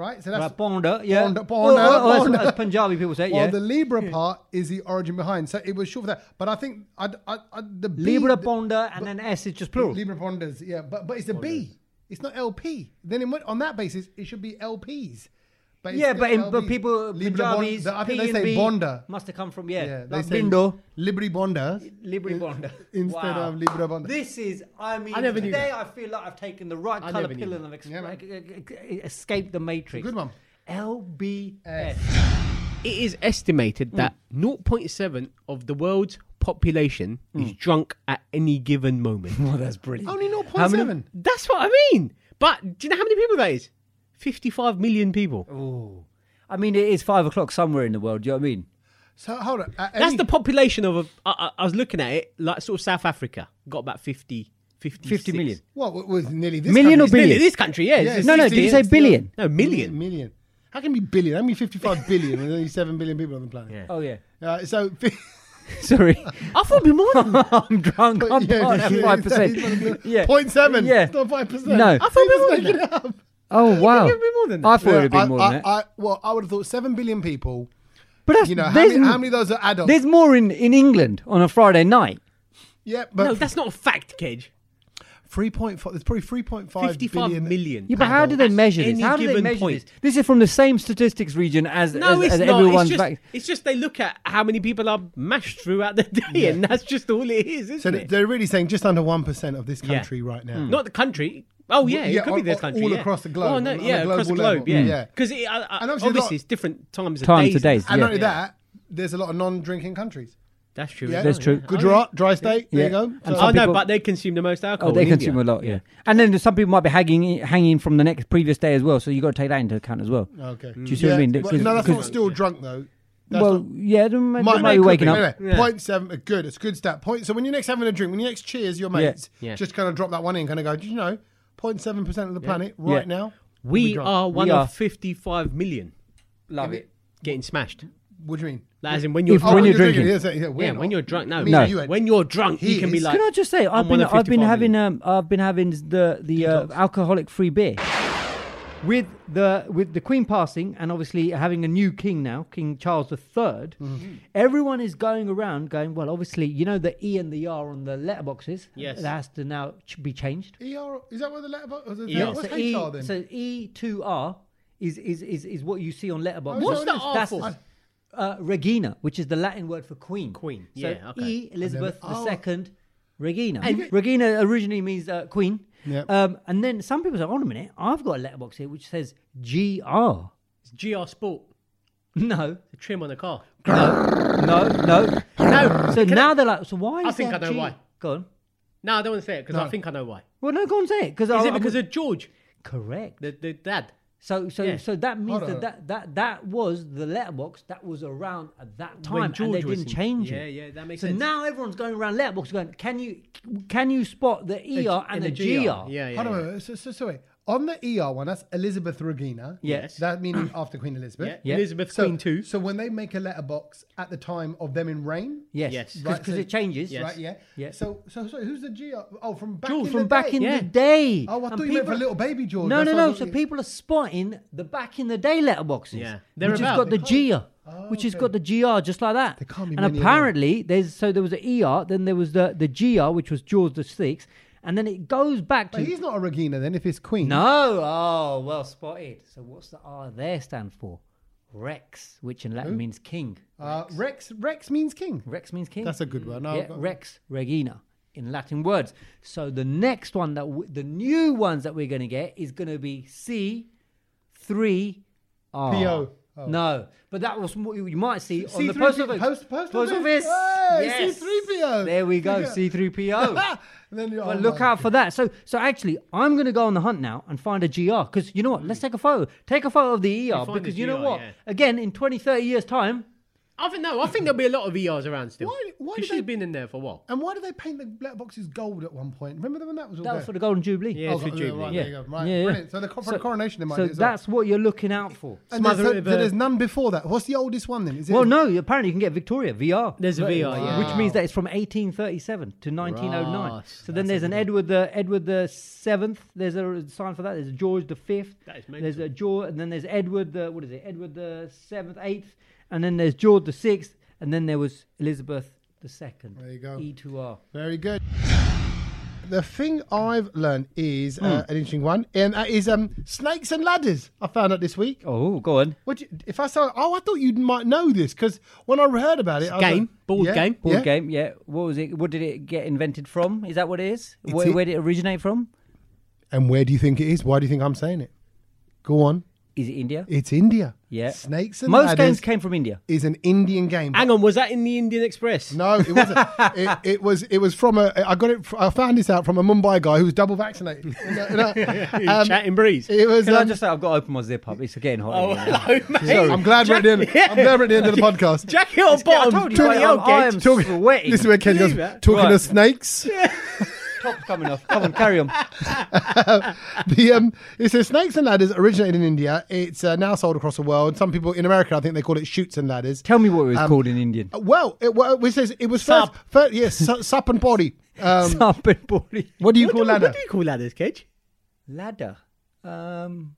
E: right? So that's
F: Right. Ponder. Yeah.
E: Ponder,
F: Oh,
E: ponder,
F: oh, oh, that's-
E: ponder.
F: that's Punjabi people say. it,
E: While
F: yeah.
E: the Libra part is the origin behind. So it was short for that. But I think I, I, I, the B,
F: Libra
E: the-
F: ponder and then S is just plural.
E: Libra ponders, yeah. But but it's the B. It's not LP. Then in, what- on that basis, it should be LPs. But it's
F: yeah,
E: still
F: but, in, but
E: LPs.
F: people
E: Libra bond-
F: Punjabis.
E: I think
F: P
E: they say
F: and B
E: bonda.
F: Must have come from yeah.
E: Yeah,
F: like
E: they say
F: Bindo.
E: Libri Bonda
F: Libri Bonda.
E: instead
F: Wow.
E: of Libra Bonda.
F: This is, I mean,
D: I never knew
F: today I feel like I've taken the right color
D: never knew
F: pill
D: that.
F: and I've ex-
E: Yeah, man.
F: e- e- e- escaped the matrix.
E: Good one.
F: LBS.
D: It is estimated that 0.7 of the world's population is drunk at any given moment.
F: Well, Oh, that's brilliant.
E: Only 0.7.
D: That's what I mean. But do you know how many people that is? 55 million people.
F: I mean, it is five o'clock somewhere in the world. Do you know what I mean?
E: So hold on. At
D: That's
E: any-
D: the population of, a, I, I- I was looking at it, like sort of South Africa. Got about 50, 50,
F: 50 million.
E: what it was nearly this
F: Million
E: country's-
F: or billion?
D: This country, yeah. it's
E: Yeah,
D: just
F: No, no,
D: 60
F: did you say
D: it's
F: billion?
D: No, million.
E: Million. How can it be billion? How can it be 55 billion and only 7 billion people on the planet?
F: Oh, yeah.
E: Uh, so fi-
F: Sorry.
D: Mm. I thought it'd be more than that.
F: I'm drunk. I'm
E: yeah,
F: not
E: this
F: at
E: is-
F: 5%. yeah.
E: 0.7.
F: Yeah.
E: It's not 5%.
F: No. I
D: I thought it'd be more
E: Just
D: than that.
E: making it up.
F: Oh, wow.
D: it'd be more than that.
F: I thought it would
E: Yeah,
F: be
E: I-
F: more
E: I,
F: than that.
E: I, well, I would have thought 7 billion people.
F: but that's,
E: You know, how
F: there's,
E: many, how many of those are adults?
F: there's
C: Oh,
F: more in, in England on a Friday night.
E: yeah, but
D: No, that's not a fact, Kedge.
E: Three point five. There's probably three point five
D: 55
E: billion.
D: million.
C: Yeah, but how do they
D: At
C: measure this?
D: any
C: How do they
D: given
C: measure
D: point.
C: this? This is from the same statistics region as,
D: No,
C: as,
D: it's
C: as
D: not.
C: everyone's
D: it's, just,
C: back.
D: it's just they look at how many people are mashed throughout the day, and that's just all it is, isn't
E: So
D: it?
E: they're really saying just under one percent of this
D: Yeah.
E: country right now.
F: Hmm.
D: Not the country. Oh yeah,
E: yeah,
D: it could
E: all-
D: be this
E: all-
D: country.
E: all
D: yeah.
E: across the globe,
D: Oh no,
E: on a
D: yeah, across the
E: global
D: globe.
E: level.
D: Yeah,
E: Yeah.
D: because yeah. uh, uh,
E: And obviously
D: obviously,
E: a lot-
D: it's different times of
C: Times
D: days.
C: of days.
D: now.
C: Yeah.
E: And not only that, there's a lot of non-drinking countries.
D: That's true.
E: Yeah.
D: as
E: That's
D: well,
C: true.
D: yeah. Oh,
E: Gujarat, dry state.
C: Yeah.
E: There you go.
C: And
E: So-
D: Oh
C: Some
D: no,
C: people-
D: but they consume the most alcohol.
C: Oh, they
D: in
C: consume
D: India.
C: a lot, yeah. And then some people might be hanging hanging from the next previous day as well, so you got to take that into account as well.
E: okay.
C: Do you see what I mean?
E: Well,
C: Because-
E: no, that's not
C: because-
E: still drunk though. That's
C: Well,
E: not-
C: yeah, they might, they might
E: could
C: be waking
E: be.
C: up.
E: Anyway,
D: Yeah.
E: Point seven, uh, good. It's a good stat. Point. So when you're next having a drink, when you next cheers your mates,
D: Yeah.
E: just kind of drop that one in, kind of go. Did you know? 0.7 percent of the planet right
C: Yeah.
E: now.
D: We
E: drunk.
D: are one
C: We are.
D: of fifty-five million
C: Love it.
D: getting smashed.
E: What do you mean?
D: Like, As in when you're
E: Oh,
C: If- when
D: drunk.
C: you're drinking.
E: yeah, so- yeah, we're
D: Yeah,
E: not.
D: when you're drunk. No,
E: Me
C: No.
E: and you, Ed.
D: When you're drunk,
E: He
D: you can be
E: is.
D: like.
C: Can I just say I've
D: I'm one
C: been
D: of
C: I've been
D: 55
C: having um
D: million.
C: I've been having the the uh, alcoholic free beer with the with the Queen passing and obviously having a new king now, King Charles III. Mm-hmm. Everyone is going around going well. Obviously, you know the E and the R on the letterboxes.
D: Yes.
C: that has to now ch- be changed.
E: ER, is that what the letterbox? What's
D: Yeah,
E: the- what's
C: so,
E: HR
C: e,
E: then?
C: so E to R is is is is what you see on
D: Oh,
C: letterbox.
E: What's the
D: R
C: That's-
D: for?
C: Uh, Regina, which is the Latin word for queen.
D: Queen,
C: So
D: yeah, okay.
C: E Elizabeth
E: I've never-
C: the second. Regina.
D: And-
C: Regina originally means uh, queen.
E: Yeah.
C: Um, and then some people say, "Hold on a minute, I've got a letterbox here which says GR."
D: GR Sport,
C: No,
D: the trim on the car.
C: no, no.
D: No,
C: So now they're like, "So why?"
D: I
C: is
D: think
C: there
D: I know
C: G?
D: why.
C: Go on.
D: no, I don't want to say it because I think I know why.
C: Well, no, go on, say it because
D: Is it because of George,
C: correct?
D: the, the dad?
C: So so
D: Yeah.
C: so that means
E: Hold on.
C: that, that that that was the letterbox that was around at that time,
D: When
C: and they
D: George was
C: didn't
D: in-
C: change
D: Yeah,
C: it.
D: yeah, that makes
C: So
D: sense.
C: now everyone's going around letterbox going, can you can you spot the ER and the, GR?
D: Yeah, yeah.
E: Hold on a minute. So, so, so wait. On the ER one, that's Elizabeth Regina.
C: Yes.
E: That meaning after Queen Elizabeth.
D: Yeah. Elizabeth
E: So,
D: Queen too.
E: So when they make a letterbox at the time of them in reign,
C: Yes,
D: Yes.
C: because
E: Right, so-
C: it changes.
D: Yes.
E: right? Yeah.
C: Yeah.
E: So so so who's the GR? Oh, from back
C: George
E: in
C: from
E: the
C: back
E: day.
C: in
D: Yeah.
C: the day.
E: Oh, I
C: And
E: thought you meant for
C: people-
E: little baby George.
C: No,
E: That's
C: no,
E: what I
C: no.
E: thought
C: So
E: you-
C: people are spotting the back in the day letterboxes,
D: Yeah. They're
C: which has
D: about-
C: got the GR, which has got the GR just like that.
E: There Oh, can't be
C: and
E: many of them.
C: apparently, there's so there was an ER, then there was the the GR, which was George the Sixth, and then it goes back
E: But
C: to
E: he's not a Regina then, if it's Queen.
C: no. Oh, well spotted. So what's the R there stand for? Rex, which in Latin means king.
E: Uh, Rex Rex means king.
C: Rex means king.
E: That's a good one. No,
C: Yeah,
E: I've got-
C: Rex Regina in Latin words. So the next one that w- the new ones that we're going to get is going to be C three R.
E: PO.
C: No, but that was what you might see on the
E: C3P
C: post office.
E: Post, post,
C: office.
E: Hey,
C: Yes.
E: C3PO.
C: There we go.
E: Yeah.
C: C three P O.
E: And then you're-
C: But
E: oh
C: look
E: my
C: out for that. So, so actually, I'm going to go on the hunt now and find a GR because you know what? Let's take a photo. Take a photo of the ER
D: find a
C: because you know
D: GR,
C: what?
D: yeah.
C: Again, in 20, 30 years' time,
D: I think no. I think there'll be a lot of ERs around still.
E: Why- why do
D: Because
E: they-
D: she's been in there for a while.
E: And why do they paint the letterboxes gold at one point? Remember when that was all
C: that
E: there?
C: was for the Golden Jubilee.
D: Yeah, it's
E: Oh,
D: for
E: God,
D: Jubilee.
E: Right,
D: yeah.
E: there you go. Right,
C: Yeah, yeah.
E: brilliant. So the co- for the coronation, they might
C: So
E: do as well.
C: that's what you're looking out for.
E: And there's,
D: Mother
E: so, so
D: of a-
E: there's none before that. What's the oldest one then? Is it?
C: Well, no, apparently you can get Victoria VR.
D: There's a
C: Right.
D: VR, yeah.
C: which means that it's from 1837 to 1909.
D: Right.
C: So then there's an Edward the Edward the Seventh. There's a sign for that. There's a George the Fifth.
D: That is mental.
C: There's a George, and then there's Edward the what is it? Edward the Seventh, Eighth, and then there's George the Sixth, and then there was Elizabeth the Second.
E: There you go.
C: E to R.
E: Very good. The thing I've learned is uh,
C: Hmm.
E: an interesting one, and that is um, snakes and ladders. I found out this week.
C: Oh, go on.
E: What you- if I saw? Oh, I thought you might know this because when I heard about it, I was
D: game.
E: like-
D: Board
E: Yeah,
D: game.
E: yeah.
C: Board game. Yeah. What was it? What did it get invented from? Is that what it is?
E: It's
C: Where,
E: it.
C: where did it originate from?
E: And where do you think it is? Why do you think I'm saying it? Go on.
C: Is it India?
E: It's India.
C: Yeah.
E: Snakes and
C: Most
E: ladders
C: games came from India.
E: is an Indian game.
D: Hang on, was that in the Indian Express?
E: No, it wasn't. it, it was. It was from a. I got it. fr- I found this out from a Mumbai guy who was double vaccinated. No, no. Um,
D: Chatting breeze.
E: it was.
C: Can I
E: um,
C: just say I've got to open my zip up? It's getting hot. in
D: Oh,
C: here.
D: hello, mate.
E: I'm glad we're at the end. I'm glad we're at the end of the podcast.
D: Jacket on
C: I
D: bottom.
C: told you,
D: bloody
C: mate,
D: hell,
C: I'm, I
D: Gage.
C: am
E: Talk-
C: sweating.
E: This is where Ken goes.
D: Believe it.
E: Talking
C: Right.
E: of snakes,
C: Top's coming off. Come on, carry on.
E: the um, it says snakes and ladders originated in India. It's uh, now sold across the world. Some people in America, I think they call it shoots and ladders.
C: Tell me what it was called in Indian.
E: Uh, Well, it, well, it says it was first,
D: Sup.
E: first yes, su- sup and body. Um,
C: Up and body.
E: what do you
D: What do
E: call ladder?
D: What do you call ladders, Kedge?
C: Ladder. Um,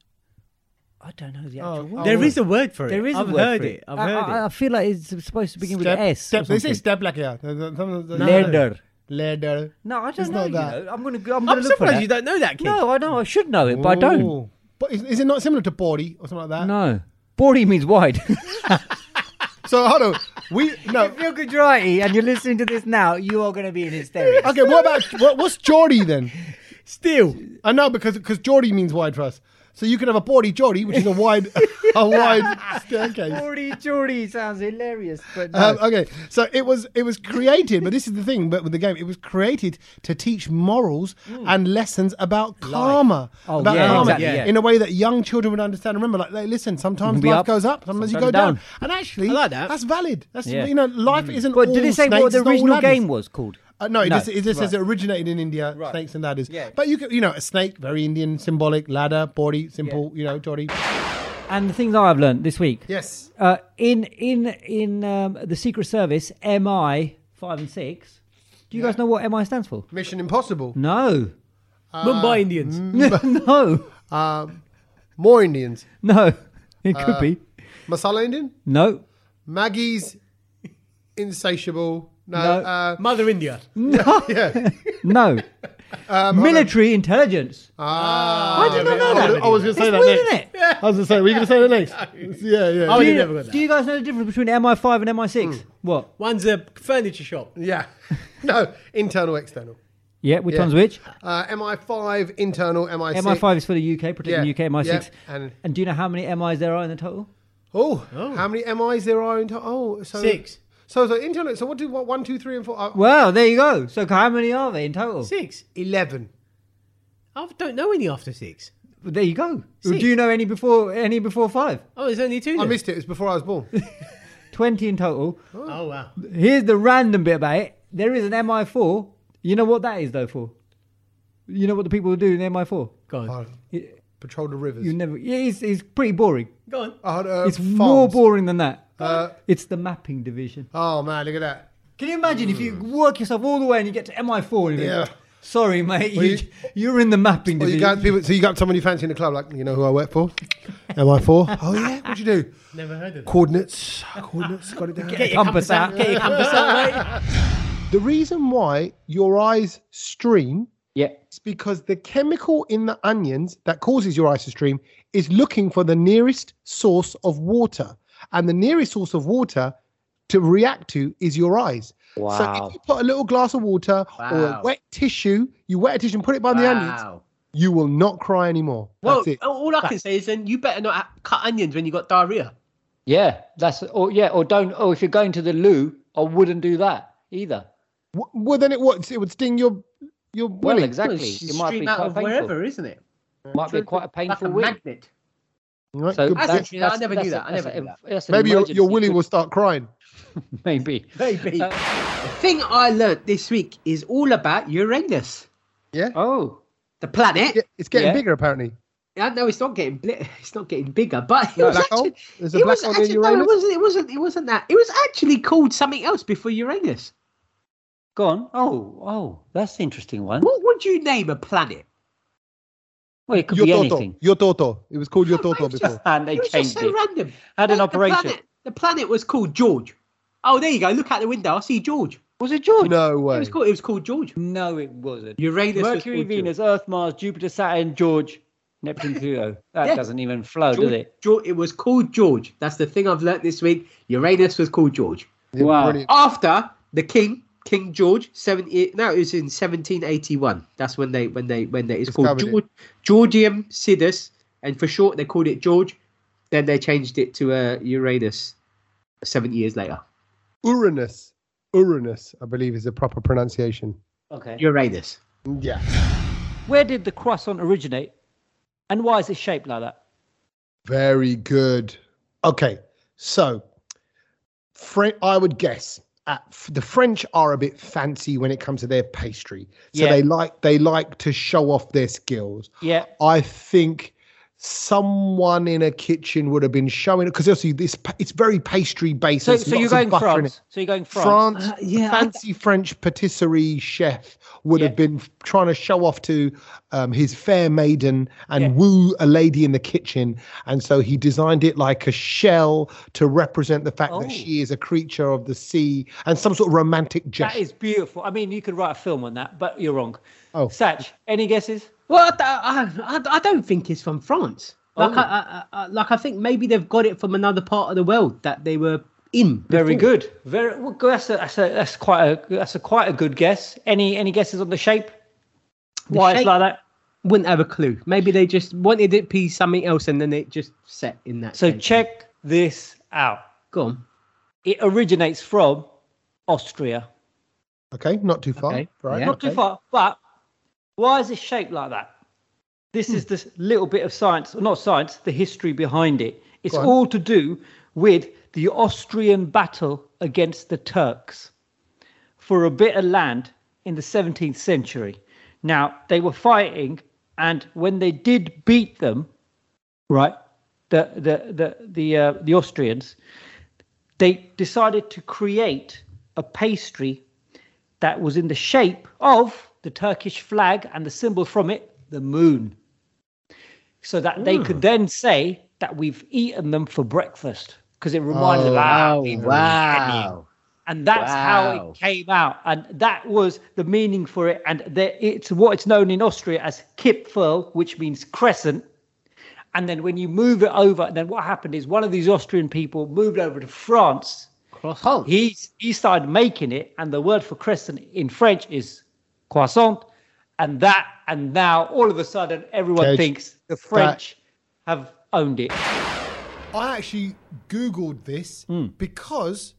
C: I don't know the actual
E: Oh,
C: word.
E: oh,
D: There
E: well.
D: is a word for it.
C: There is
D: I've
C: a word
D: heard
C: for
D: it. I've
C: I-
D: heard
C: I,
D: it.
C: I feel like it's supposed to begin with
E: Step-
C: an S. or
E: step- they say
C: something.
E: step like yeah. They- they- they- they-
C: Ladder.
A: Leather.
C: No, I don't
A: It's
C: know.
A: not
C: you
A: that.
C: know. I'm gonna go. I'm gonna
B: I'm
C: look for
B: surprised
C: that.
B: you don't know that kid.
C: No, I know. I should know it, but I don't.
A: Ooh. But is, is it not similar to Bori or something like that?
C: No, bawdy means wide.
A: So hold on. We no.
C: If you're Gujarati and you're listening to this now, you are going to be in hysterics.
A: Okay, what about what, what's Geordie then?
B: Still,
A: I know because because Geordie means wide for us. So you can have a Bori Geordie, which is a wide a wide staircase.
C: Geordie, Geordie sounds hilarious, but no.
A: Um, okay, so it was it was created, but this is the thing. But with the game, it was created to teach morals and lessons about karma,
C: Hmm. Oh,
A: about
C: yeah,
A: karma,
C: exactly, yeah.
A: in a way that young children would understand. Remember, like, like, listen, sometimes
C: Be
A: life
C: up,
A: goes up, sometimes, you go
C: sometimes
A: down.
C: down.
A: and actually,
B: I like that.
A: that's valid. That's
C: Yeah. Hmm.
A: you know, life isn't.
C: but
A: all
C: did it say
A: snakes,
C: what the
A: it's not all
C: original
A: ladders.
C: game was called?
A: Uh, no, it
C: No,
A: just, it just says it originated in India, snakes and ladders.
C: Yeah.
A: But you could, you know, a snake, very Indian, symbolic, ladder, body, simple, you know, Geordie.
C: And the things that I've learned this week.
A: Yes.
C: Uh, in in in um, the Secret Service, MI five and six. Do you guys know what MI stands for?
A: Mission Impossible.
C: No,
B: Mumbai Indians.
C: Mm. no,
A: More Indians.
C: no. It could
A: Uh.
C: be
A: Masala Indian?
C: no.
A: Maggie's insatiable. No,
C: No.
A: Uh,
B: Mother India.
A: yeah. Um,
C: No. Military intelligence. I did not know
A: Ah, I,
C: that.
A: was- I was going to say
C: it's
A: that
C: weird,
A: next.
C: isn't it?
A: I was going to say, were you going to say that next? Yeah, yeah.
B: Oh,
C: Do
B: you
C: you,
B: never got that.
C: do you guys know the difference between MI5 and MI6?
A: Hmm.
C: What?
B: One's a furniture shop.
A: yeah. No, internal, external.
C: Yeah, which
A: Yeah.
C: one's which?
A: Uh, MI5, internal, MI6.
C: MI5 is for the UK, protecting
A: Yeah,
C: the UK. MI6.
A: yeah, and-
C: And, do you know how many MIs there are in the total?
A: Oh, how many MIs there are in total? Oh, so
B: Six.
A: So, so internal. So what do what? One, two, three, and four. Uh,
C: Well, there you go. So how many are there in total?
B: Six.
A: Eleven.
B: I don't know any after six.
C: Well, There you go.
B: Six.
C: Do you know any before any before five?
B: Oh, there's only two.
A: I
B: then.
A: missed it. It was before I was born.
C: 20 in total.
B: Oh wow.
C: Here's the random bit about it. There is an MI4. You know what that is, though, for? You know what the people do in MI4?
B: Go on.
A: Oh, Patrol the rivers.
C: You never. Yeah, it's, it's pretty boring.
B: Go on.
A: Oh, uh,
C: It's
A: farms.
C: more boring than that.
A: Uh,
C: it's the mapping division.
A: Oh man, look at that.
C: Can you imagine if you work yourself all the way and you get to MI4? And yeah.
A: Yeah.
C: Sorry, mate.
A: Well,
C: you,
A: you-
C: you're in the mapping
A: Well, you
C: division.
A: got people. So you got somebody fancy in the club, like you know who I work for? Am I four? Oh yeah. What'd you do?
B: Never heard of it.
A: Coordinates. Coordinates. Got it down.
C: Get your compass out. Get your compass out, mate.
E: The reason why your eyes stream
F: Yeah.
E: is because the chemical in the onions that causes your eyes to stream is looking for the nearest source of water. And the nearest source of water to react to is your eyes. So
F: Wow.
E: if you put a little glass of water or a
D: Wow.
E: wet tissue, you wet a tissue and put it by the onions, you will not cry anymore.
D: Well,
E: That's it.
D: all I can say is then you better not ha- cut onions when you got diarrhea.
F: Yeah. That's or yeah, or don't or if you're going to the loo, I wouldn't do that either.
E: W- Well, then it would it would sting your your
F: Well,
E: willy.
F: exactly.
D: It's
F: It might be
D: stream out
F: quite
D: of
F: painful.
D: wherever, isn't it?
F: Might be quite a
D: Like
F: painful
D: a
F: week.
D: magnet.
E: Right,
F: So
E: good.
D: That's
F: that-
D: interesting. I never knew that. I
F: that's
D: never
F: a-
D: knew that.
F: that's an
E: Maybe your, your
F: emergency
E: willy
F: good-
E: will start crying.
F: Maybe.
D: Maybe. the thing I learnt this week is all about Uranus,
F: Oh.
D: the planet.
E: Yeah, It's getting
F: Yeah.
E: bigger apparently.
D: I know it's not getting bli- it's not getting bigger, but it was
E: black hole?
D: actually,
E: There's a
D: it
E: black
D: was
E: hole near
D: actually no, it
E: Uranus?
D: wasn't it wasn't it wasn't that. It was actually called something else before Uranus.
F: Gone. Oh, oh, that's an interesting one.
D: What would you name a planet?
F: Well, it could be
E: Yototo.
F: anything.
E: Yototo. It was called Yototo
D: it was
E: before.
F: And they
D: it was just
F: changed
D: so
F: it.
D: random.
F: Had an
D: Like, the
F: operation.
D: planet- The planet was called George. Oh, there you go. Look out the window. I see George.
F: Was it George?
E: No
D: It
E: way.
D: was called. It was called George.
F: No, it wasn't.
D: Uranus, was
F: Mercury,
D: called
F: Venus, Earth, Mars, Jupiter, Saturn, George, Neptune, Pluto. That
D: Yeah.
F: doesn't even flow,
D: George.
F: does it?
D: George. It was called George. That's the thing I've learnt this week. Uranus was called George.
F: wow.
E: Brilliant.
D: After the king, King George, seventy. No, it was in seventeen eighty-one. That's when they, when they, when they. It's called
E: Discovered
D: George, Georgium Sidus, and for short they called it George. Then they changed it to uh, Uranus, seventy years later.
E: Uranus. Uranus, I believe, is the proper pronunciation.
F: Okay.
D: Uranus.
E: Yeah.
F: Where did the croissant originate? And why is it shaped like that?
E: Very good. Okay, so Fre- I would guess at f- the French are a bit fancy when it comes to their pastry, so
F: Yeah.
E: they like they like to show off their skills.
F: Yeah.
E: I think someone in a kitchen would have been showing it because obviously this pa- it's very pastry based.
F: So,
E: there's
F: so you're
E: lots of
F: going
E: butter in it.
F: France. So you're going France.
E: France,
D: Uh, yeah,
E: a
D: I-
E: fancy French patisserie chef would
F: Yeah.
E: have been f- trying to show off to um, his fair maiden and
F: Yeah.
E: woo a lady in the kitchen, and so he designed it like a shell to represent the fact
F: Oh.
E: that she is a creature of the sea and some sort of romantic
F: That
E: gesture.
F: is beautiful. I mean, you could write a film on that, but you're wrong.
E: Oh.
F: Satch, any guesses?
D: Well, I, I, I don't think it's from France. Like, I, I, I, like I think maybe they've got it from another part of the world that they were in.
F: Very
D: before.
F: good. Very. Well, that's a, that's a, that's quite a that's a quite a good guess. Any any guesses on the shape? Why it's
D: shape?
F: like that?
D: Wouldn't have a clue. Maybe they just wanted it to be something else, and then it just set in that.
F: So
D: shape.
F: check this out.
D: go on.
F: It originates from Austria.
E: Okay, not too far.
D: Okay,
E: Right.
D: yeah.
F: Not too
D: okay.
F: far. But why is it shaped like that? This
E: Hmm.
F: is this little bit of science, not science, the history behind it. It's
E: Go on.
F: all to do with the Austrian battle against the Turks for a bit of land in the 17th century. Now, they were fighting, and when they did beat them, right, the, the, the, the, uh, the Austrians, they decided to create a pastry that was in the shape of the Turkish flag and the symbol from it, the moon. So that they could then say that we've eaten them for breakfast because it reminded them, ah,
D: Oh,
F: we were
D: wow.
F: and that's how
D: Wow.
F: it came out and that was the meaning for it and there, it's what it's known in austria as kipferl which means crescent and then when you move it over then what happened is one of these austrian people moved over to france
D: Cross. Oh,
F: he, he started making it and the word for crescent in french is croissant and that and now all of a sudden everyone
E: Tej,
F: thinks the french have owned it
A: I actually Googled this because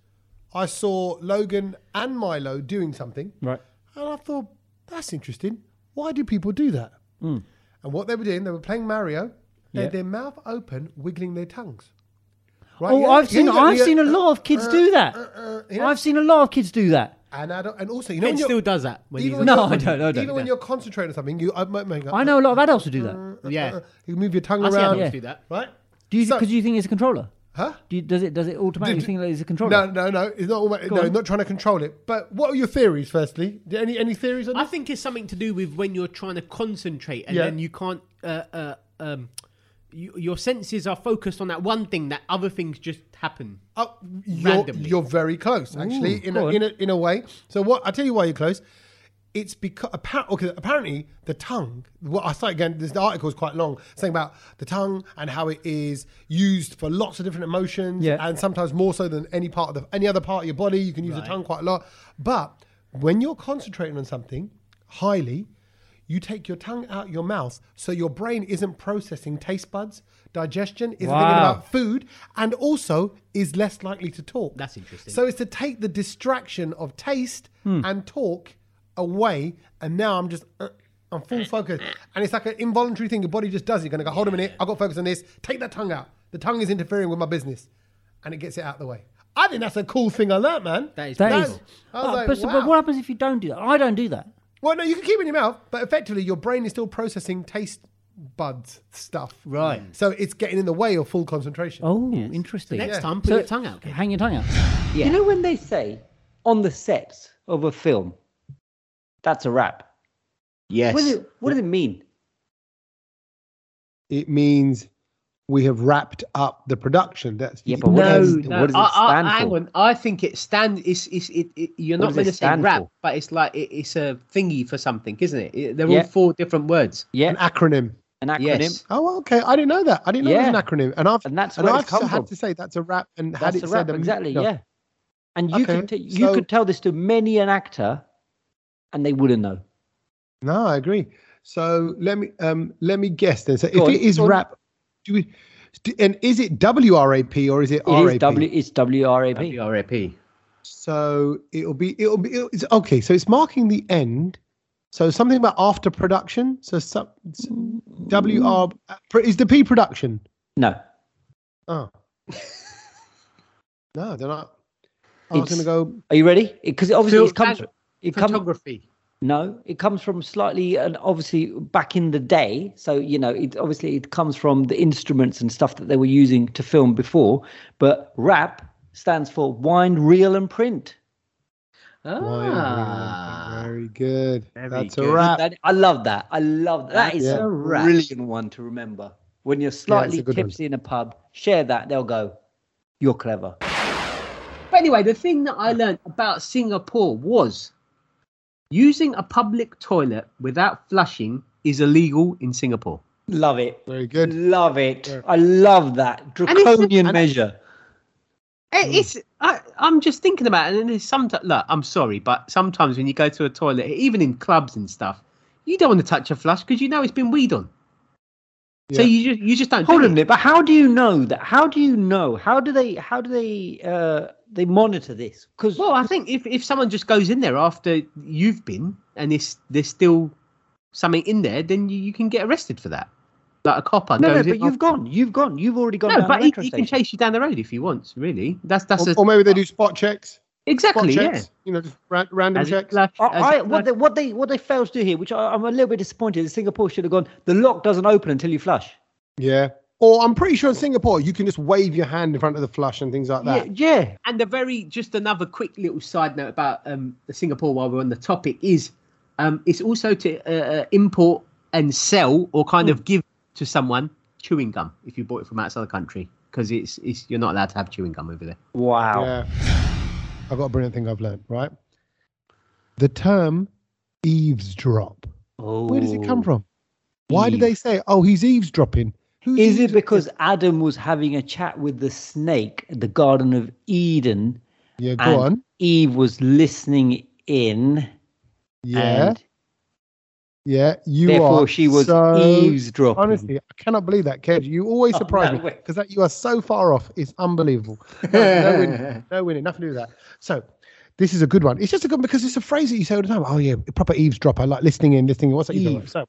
A: I saw Logan and Milo doing something.
F: Right.
A: And I thought, that's interesting. Why do people do that? And what they were doing, they were playing Mario. They had
F: Yeah.
A: their mouth open, wiggling their tongues. Right?
C: Oh,
A: yeah,
C: I've
A: yeah,
C: seen
A: yeah,
C: I've
A: yeah,
C: seen a
A: uh,
C: lot of kids
A: uh,
C: do that.
A: uh, uh, yeah.
C: I've seen a lot of kids do that.
A: and, I don't, and also, you know,
B: It
A: when you're,
B: still does that. When
A: even
B: he's
A: when
C: No,
A: you're-
C: I don't, I don't,
A: even
C: I
A: when
C: don't.
A: you're concentrating on something, you I, might make
C: I know a lot of adults who do that.
B: yeah.
A: You move your tongue
B: I see
A: around,
B: adults do that.
A: right?
C: Do you
A: So-
C: because you think it's a controller?
A: Huh?
C: Do you, does it does it automatically
A: Did-
C: think that it's a
A: No,
C: controller?
A: no, no. It's not. Always, no,
C: on.
A: not trying to control it. But what are your theories? Firstly, Do- any any theories on
B: I
A: this?
B: think it's something to do with when you're trying to concentrate and
A: Yeah.
B: then you can't. Uh, uh, um, you, your senses are focused on that one thing. That other things just happen.
A: Oh, you're,
B: randomly.
A: you're very close, actually, in
C: go
A: a,
C: on.
A: in a in a way. So what? I will tell you why you're close. It's because apparently, okay, apparently the tongue. What I started again. This article is quite long, saying about the tongue and how it is used for lots of different emotions,
C: Yeah.
A: and sometimes more so than any part of the, any other part of your body. You can use the tongue quite a lot, but when you're concentrating on something highly, you take your tongue out your mouth, so your brain isn't processing taste buds, digestion isn't thinking
C: Wow.
A: about food, and also is less likely to talk.
B: That's interesting. Hmm.
A: So it's to take the distraction of taste and talk away, and now I'm just. Uh, I'm full
B: Hmm.
A: focus, and it's like an involuntary thing. Your body just does it. You're gonna go, hold a minute. I've got to focus on this. Take that tongue out. The tongue is interfering with my business, and it gets it out the way. I think that's a cool thing I learned, man.
B: That is
C: That
B: That's-
C: is.
A: I was
C: Oh,
A: like,
C: but,
A: wow.
C: but what happens if you don't do that? I don't do that.
A: Well, no, you can keep it in your mouth, but effectively your brain is still processing taste buds stuff.
B: Right.
A: So it's getting in the way of full concentration.
C: Oh, interesting.
B: Next
A: Yeah.
B: time, put
C: So-
B: your tongue out. Kid.
C: Hang your tongue out.
F: You know when they say on the sets of a film, that's a wrap.
D: yes.
F: What, does it, what does it mean?
E: It means we have wrapped up the production. That's
F: Yeah, but what
D: no,
F: does-
D: no.
F: what does it
D: I- I,
F: stand
D: hang
F: for?
D: on. I think it stands. It's, it's, it, it, you're
F: What
D: not
F: does
D: going
F: it
D: to say
F: stand
D: rap,
F: for?
D: but it's like it, it's a thingy for something, isn't it? It- they're
F: Yeah.
D: all four different words.
E: an
F: Yeah,
E: acronym.
F: an acronym.
D: Yes.
E: Oh, okay. I didn't know that. I didn't know it was
F: Yeah.
E: an acronym. And I've
F: And that's
E: and
F: where
E: I've
F: it's come
E: had
F: from.
E: to say that's a rap and had
F: That's
E: it
F: a
E: said
F: wrap.
E: a-
F: Exactly.
E: no.
F: Yeah. And you
E: Okay,
F: could t- you
E: so-
F: could tell this to many an actor, and they wouldn't know.
E: No, I agree. So let me um let me guess then. So if
F: Go on,
E: it is
F: go on.
E: rap, do we do- and is it WRAP or is it
F: It is
E: RAP?
F: W. It's W R A P.
D: WRAP.
E: So it'll be it'll be it'll, it's, okay. So it's marking the end. So something about after production. So sub, s- WR uh, is the P production.
F: No,
E: Oh. no, they're not. I was
F: It's-
E: gonna go.
F: are you ready? Because obviously
D: Phil-
F: it comes.
D: hang on.
F: It comes.
D: Photography.
F: No, it comes from slightly, and obviously back in the day. So you know, it obviously it comes from the instruments and stuff that they were using to film before. But rap stands for wind, reel, and print.
D: Ah.
E: Very good. That's a
B: good.
E: wrap.
F: That, I love that. I love that. That is
E: Yeah.
F: a brilliant one to remember. When you're slightly
E: good one.
F: tipsy in a pub, share that. They'll go, "You're clever."
D: But anyway, the thing that I learned about Singapore was using a public toilet without flushing is illegal in Singapore.
F: Love it.
E: Very good.
F: Love it. I love that
D: it's-
F: draconian
D: and-
F: measure.
D: It- It's I, I'm just thinking about it, and there's some look. I'm sorry, but sometimes when you go to a toilet, even in clubs and stuff, you don't want to touch a flush because you know it's been weed on. So
E: Yeah.
D: you just you just don't.
F: Hold
D: do
F: on a
D: it.
F: minute, but how do you know that? How do you know? How do they? How do they? Uh, they monitor this because
D: Well, I think if, if someone just goes in there after you've been and it's, there's still something in there, then you, you can get arrested for that. Like a copper.
F: no, no,
D: goes in
F: but you've
D: after-
F: gone, you've gone, you've already gone.
D: No,
F: down
D: but
F: the
D: he,
F: metro
D: he can
F: station.
D: chase you down the road if he wants. Really, that's that's
E: Or,
D: a,
E: or maybe they do spot checks. Spot
D: exactly yeah.
E: checks. You know, just ra- random
D: As a
E: checks.
D: flush-
F: I,
D: as a
F: I, what
D: flush.
F: they what they what they fail to do here, which I, I'm a little bit disappointed. is Singapore should have gone. The lock doesn't open until you flush.
E: Yeah. Or I'm pretty sure in Singapore you can just wave your hand in front of the flush and things like that.
F: Yeah, yeah.
D: and a very just another quick little side note about um, Singapore while we're on the topic is um, it's also to uh, uh, import and sell or kind of give to someone chewing gum if you bought it from outside the country because it's, it's you're not allowed to have chewing gum over there.
F: Wow.
E: Yeah. I've got a brilliant thing I've learned, right? The term eavesdrop. Where does it
F: Oh.
E: come from? Why do they say, oh, he's eavesdropping? Who's
F: Is it
E: eavesdro-
F: because Adam was having a chat with the snake at the Garden of Eden,
E: Yeah, go
F: and
E: on.
F: Eve was listening in,
E: Yeah.
F: and
E: yeah. You
F: therefore
E: are.
F: she was
E: so-
F: eavesdropping. Oh,
E: Honestly, I cannot believe that, Kev. You always surprise
F: no
E: me
F: way.
E: because you are so far off. It's unbelievable. No, no winning. No winning. Nothing to do with that. So, this is a good one. It's just a good one because it's a phrase that you say all the time. Oh, yeah, proper eavesdropper, like listening in, listening in. What's that? eavesdropper? So,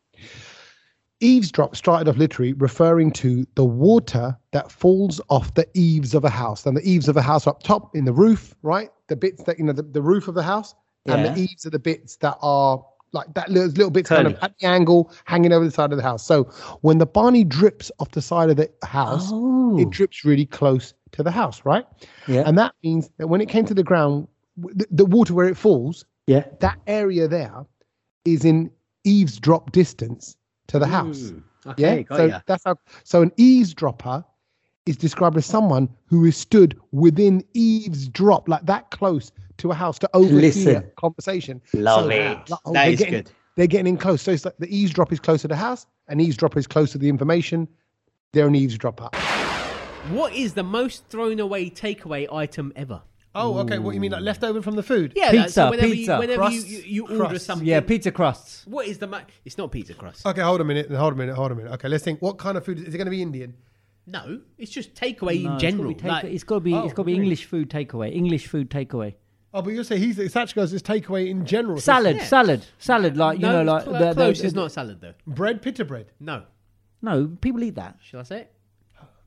E: eavesdrop started off literally referring to the water that falls off the eaves of a house. And the eaves of a house are up top in the roof, right? The bits that, you know, the, the roof of the house. And
F: Yeah.
E: the eaves are the bits that are like that little, little bits kind of
F: Curly.
E: at the angle hanging over the side of the house. So, when the barney drips off the side of the house,
F: Oh,
E: it drips really close to the house, right?
F: Yeah.
E: And that means that when it came to the ground, w- the, the water where it falls,
F: yeah.
E: that area there is in eavesdrop distance to the house.
D: Mm, Okay,
E: yeah.
D: got
E: So
D: ya.
E: that's how. So an eavesdropper is described as someone who is stood within eavesdrop, like that close to a house to overhear
F: listen.
E: conversation.
F: Love
E: So,
F: it.
E: like, oh,
D: That
E: they're
D: is
E: getting-
D: good.
E: They're getting in close. So it's like the eavesdrop is close to the house, and eavesdropper is close to the information. They're an eavesdropper.
B: What is the most thrown away takeaway item ever?
A: Oh, okay. What you mean, like leftover from the food?
B: Yeah,
C: Pizza,
B: like, so whenever
C: pizza,
B: you, whenever
A: crust,
B: you, you, you
A: crust.
B: order something.
C: Yeah, pizza crusts.
B: What is the? Mo- it's not pizza crust.
A: Okay, hold a minute. Hold a minute. Hold a minute. Okay, let's think. What kind of food is, is it going to be? Indian?
B: no, it's just takeaway in
F: No, it's gotta
B: general.
F: be take-
B: like,
F: it's got to be.
A: Oh,
F: it's got to be
A: really?
F: English food takeaway. English food takeaway.
A: Oh, but you're saying he's it's actually goes as takeaway in general. So
F: Salad,
B: yeah.
F: salad, salad. Like you
B: no,
F: know, like
B: cl-
F: the- the-
B: close
F: the-
B: is not salad though.
A: it's bread, pita bread.
B: No,
F: No, people eat that.
B: shall I say it?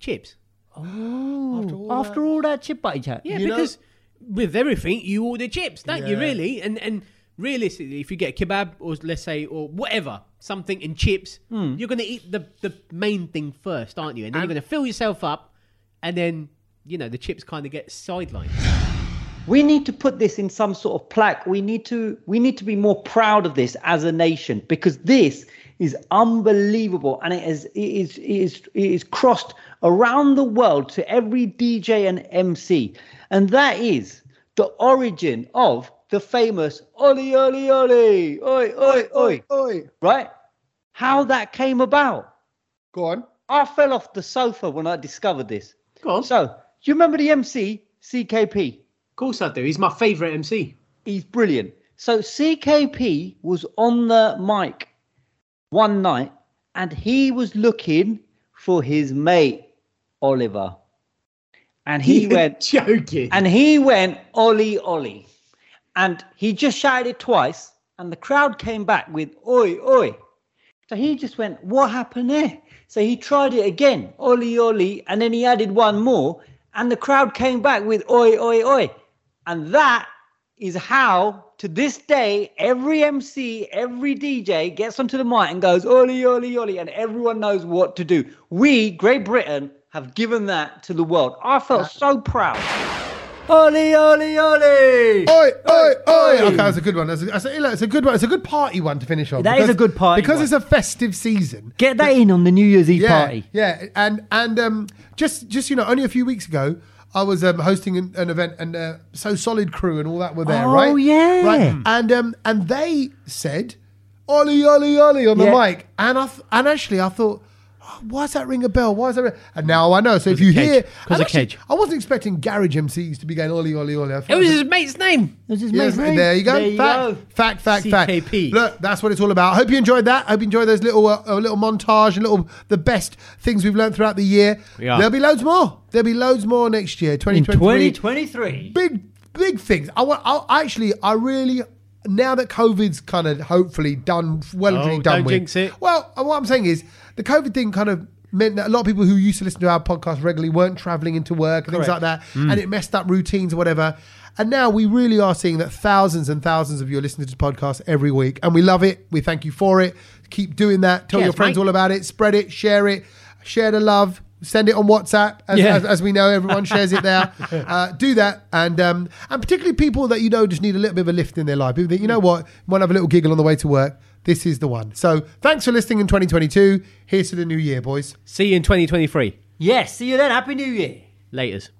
B: Chips.
F: Oh, after
A: all
F: all, that, chip butter chat.
B: Yeah,
A: You know-
B: because with everything you order chips, don't you?
A: Yeah.
B: Really, and and realistically, if you get a kebab or let's say or whatever something in chips,
F: Hmm.
B: you're going to eat the the main thing first, aren't you? And then you're going to fill yourself up, and then you know the chips kind of get sidelined.
F: We need to put this in some sort of plaque. We need to we need to be more proud of this as a nation because this is unbelievable and it is it is it is, it is crossed around the world to every DJ and MC. And that is the origin of the famous Oli Oli Oli Oi Oi Oi
E: Oi,
F: right? How that came about.
E: go on.
F: I fell off the sofa when I discovered this.
D: Go on.
F: So, do you remember the MC CKP?
D: Of course I do. He's my favourite MC.
F: He's brilliant. So CKP was on the mic one night and he was looking for his mate Oliver. And he went
D: joking.
F: and he went Ollie Ollie. And he just shouted it twice and the crowd came back with oi oi. So he just went, What happened there? So he tried it again, Ollie Ollie, and then he added one more, and the crowd came back with oi oi oi. And that is how to this day, every MC, every DJ gets onto the mic and goes, Oli, Oli, Oli, and everyone knows what to do. We, Great Britain, have given that to the world. I felt so proud. Oli, Oli, Oli!
A: Oi, oi, oi! Okay, that's a good one. That's a, that's, a, that's a good one. It's a good party one to finish on.
C: That is a good party
A: because
C: one.
A: it's a festive season.
C: Get that in on the New Year's Eve
A: yeah,
C: party.
A: Yeah, and and um, just just you know, only a few weeks ago, I was um, hosting an, an event, and uh, so Solid Crew and all that were there,
C: Oh,
A: right?
C: yeah.
A: right. And um, and they said, "Ollie, Ollie, Ollie" on the
C: Yeah.
A: mic, and I th- and actually I thought. "Oh, Why does that ring a bell? Why is that? Ring-? And now I know. So if you
B: of Kedge.
A: hear,
B: 'Cause
A: and
B: of
A: actually,
B: Kedge.
A: I wasn't expecting garage MCs to be going ollie ollie ollie. I thought
B: It was his mate's name.
C: It was his
A: Yes,
C: mate's name.
A: There you go.
F: There you
A: fact,
F: go.
A: fact, fact, fact.
B: CKP.
A: Look, that's what it's all about. Hope you enjoyed that. Hope you enjoyed those little uh, uh, little montage and little the best things we've learned throughout the year.
B: Yeah.
A: There'll be loads more. There'll be loads more next year. 2023.
F: 2023.
A: Big big things. I want. I actually. I really. Now that COVID's kind of hopefully done, well and
B: Oh,
A: truly done
B: don't
A: with.
B: jinx it.
A: Well, uh, what I'm saying is the COVID thing kind of meant that a lot of people who used to listen to our podcast regularly weren't traveling into work and things like that,
B: Mm.
A: and it messed up routines or whatever. And now we really are seeing that thousands and thousands of you are listening to this podcast every week, and we love it. We thank you for it. Keep doing that. Tell
B: Yes,
A: your friends
B: mate.
A: all about it. Spread it. Share it. Share the love. Send it on WhatsApp, as,
B: Yeah.
A: as, as we know, everyone shares it there. Uh, do that, and um, and particularly people that you know just need a little bit of a lift in their life. People think, you know what, want to have a little giggle on the way to work. This is the one. So thanks for listening in 2022. Here's to the new year, boys.
B: See you in 2023.
F: Yes, see you then. Happy New Year.
B: Laters.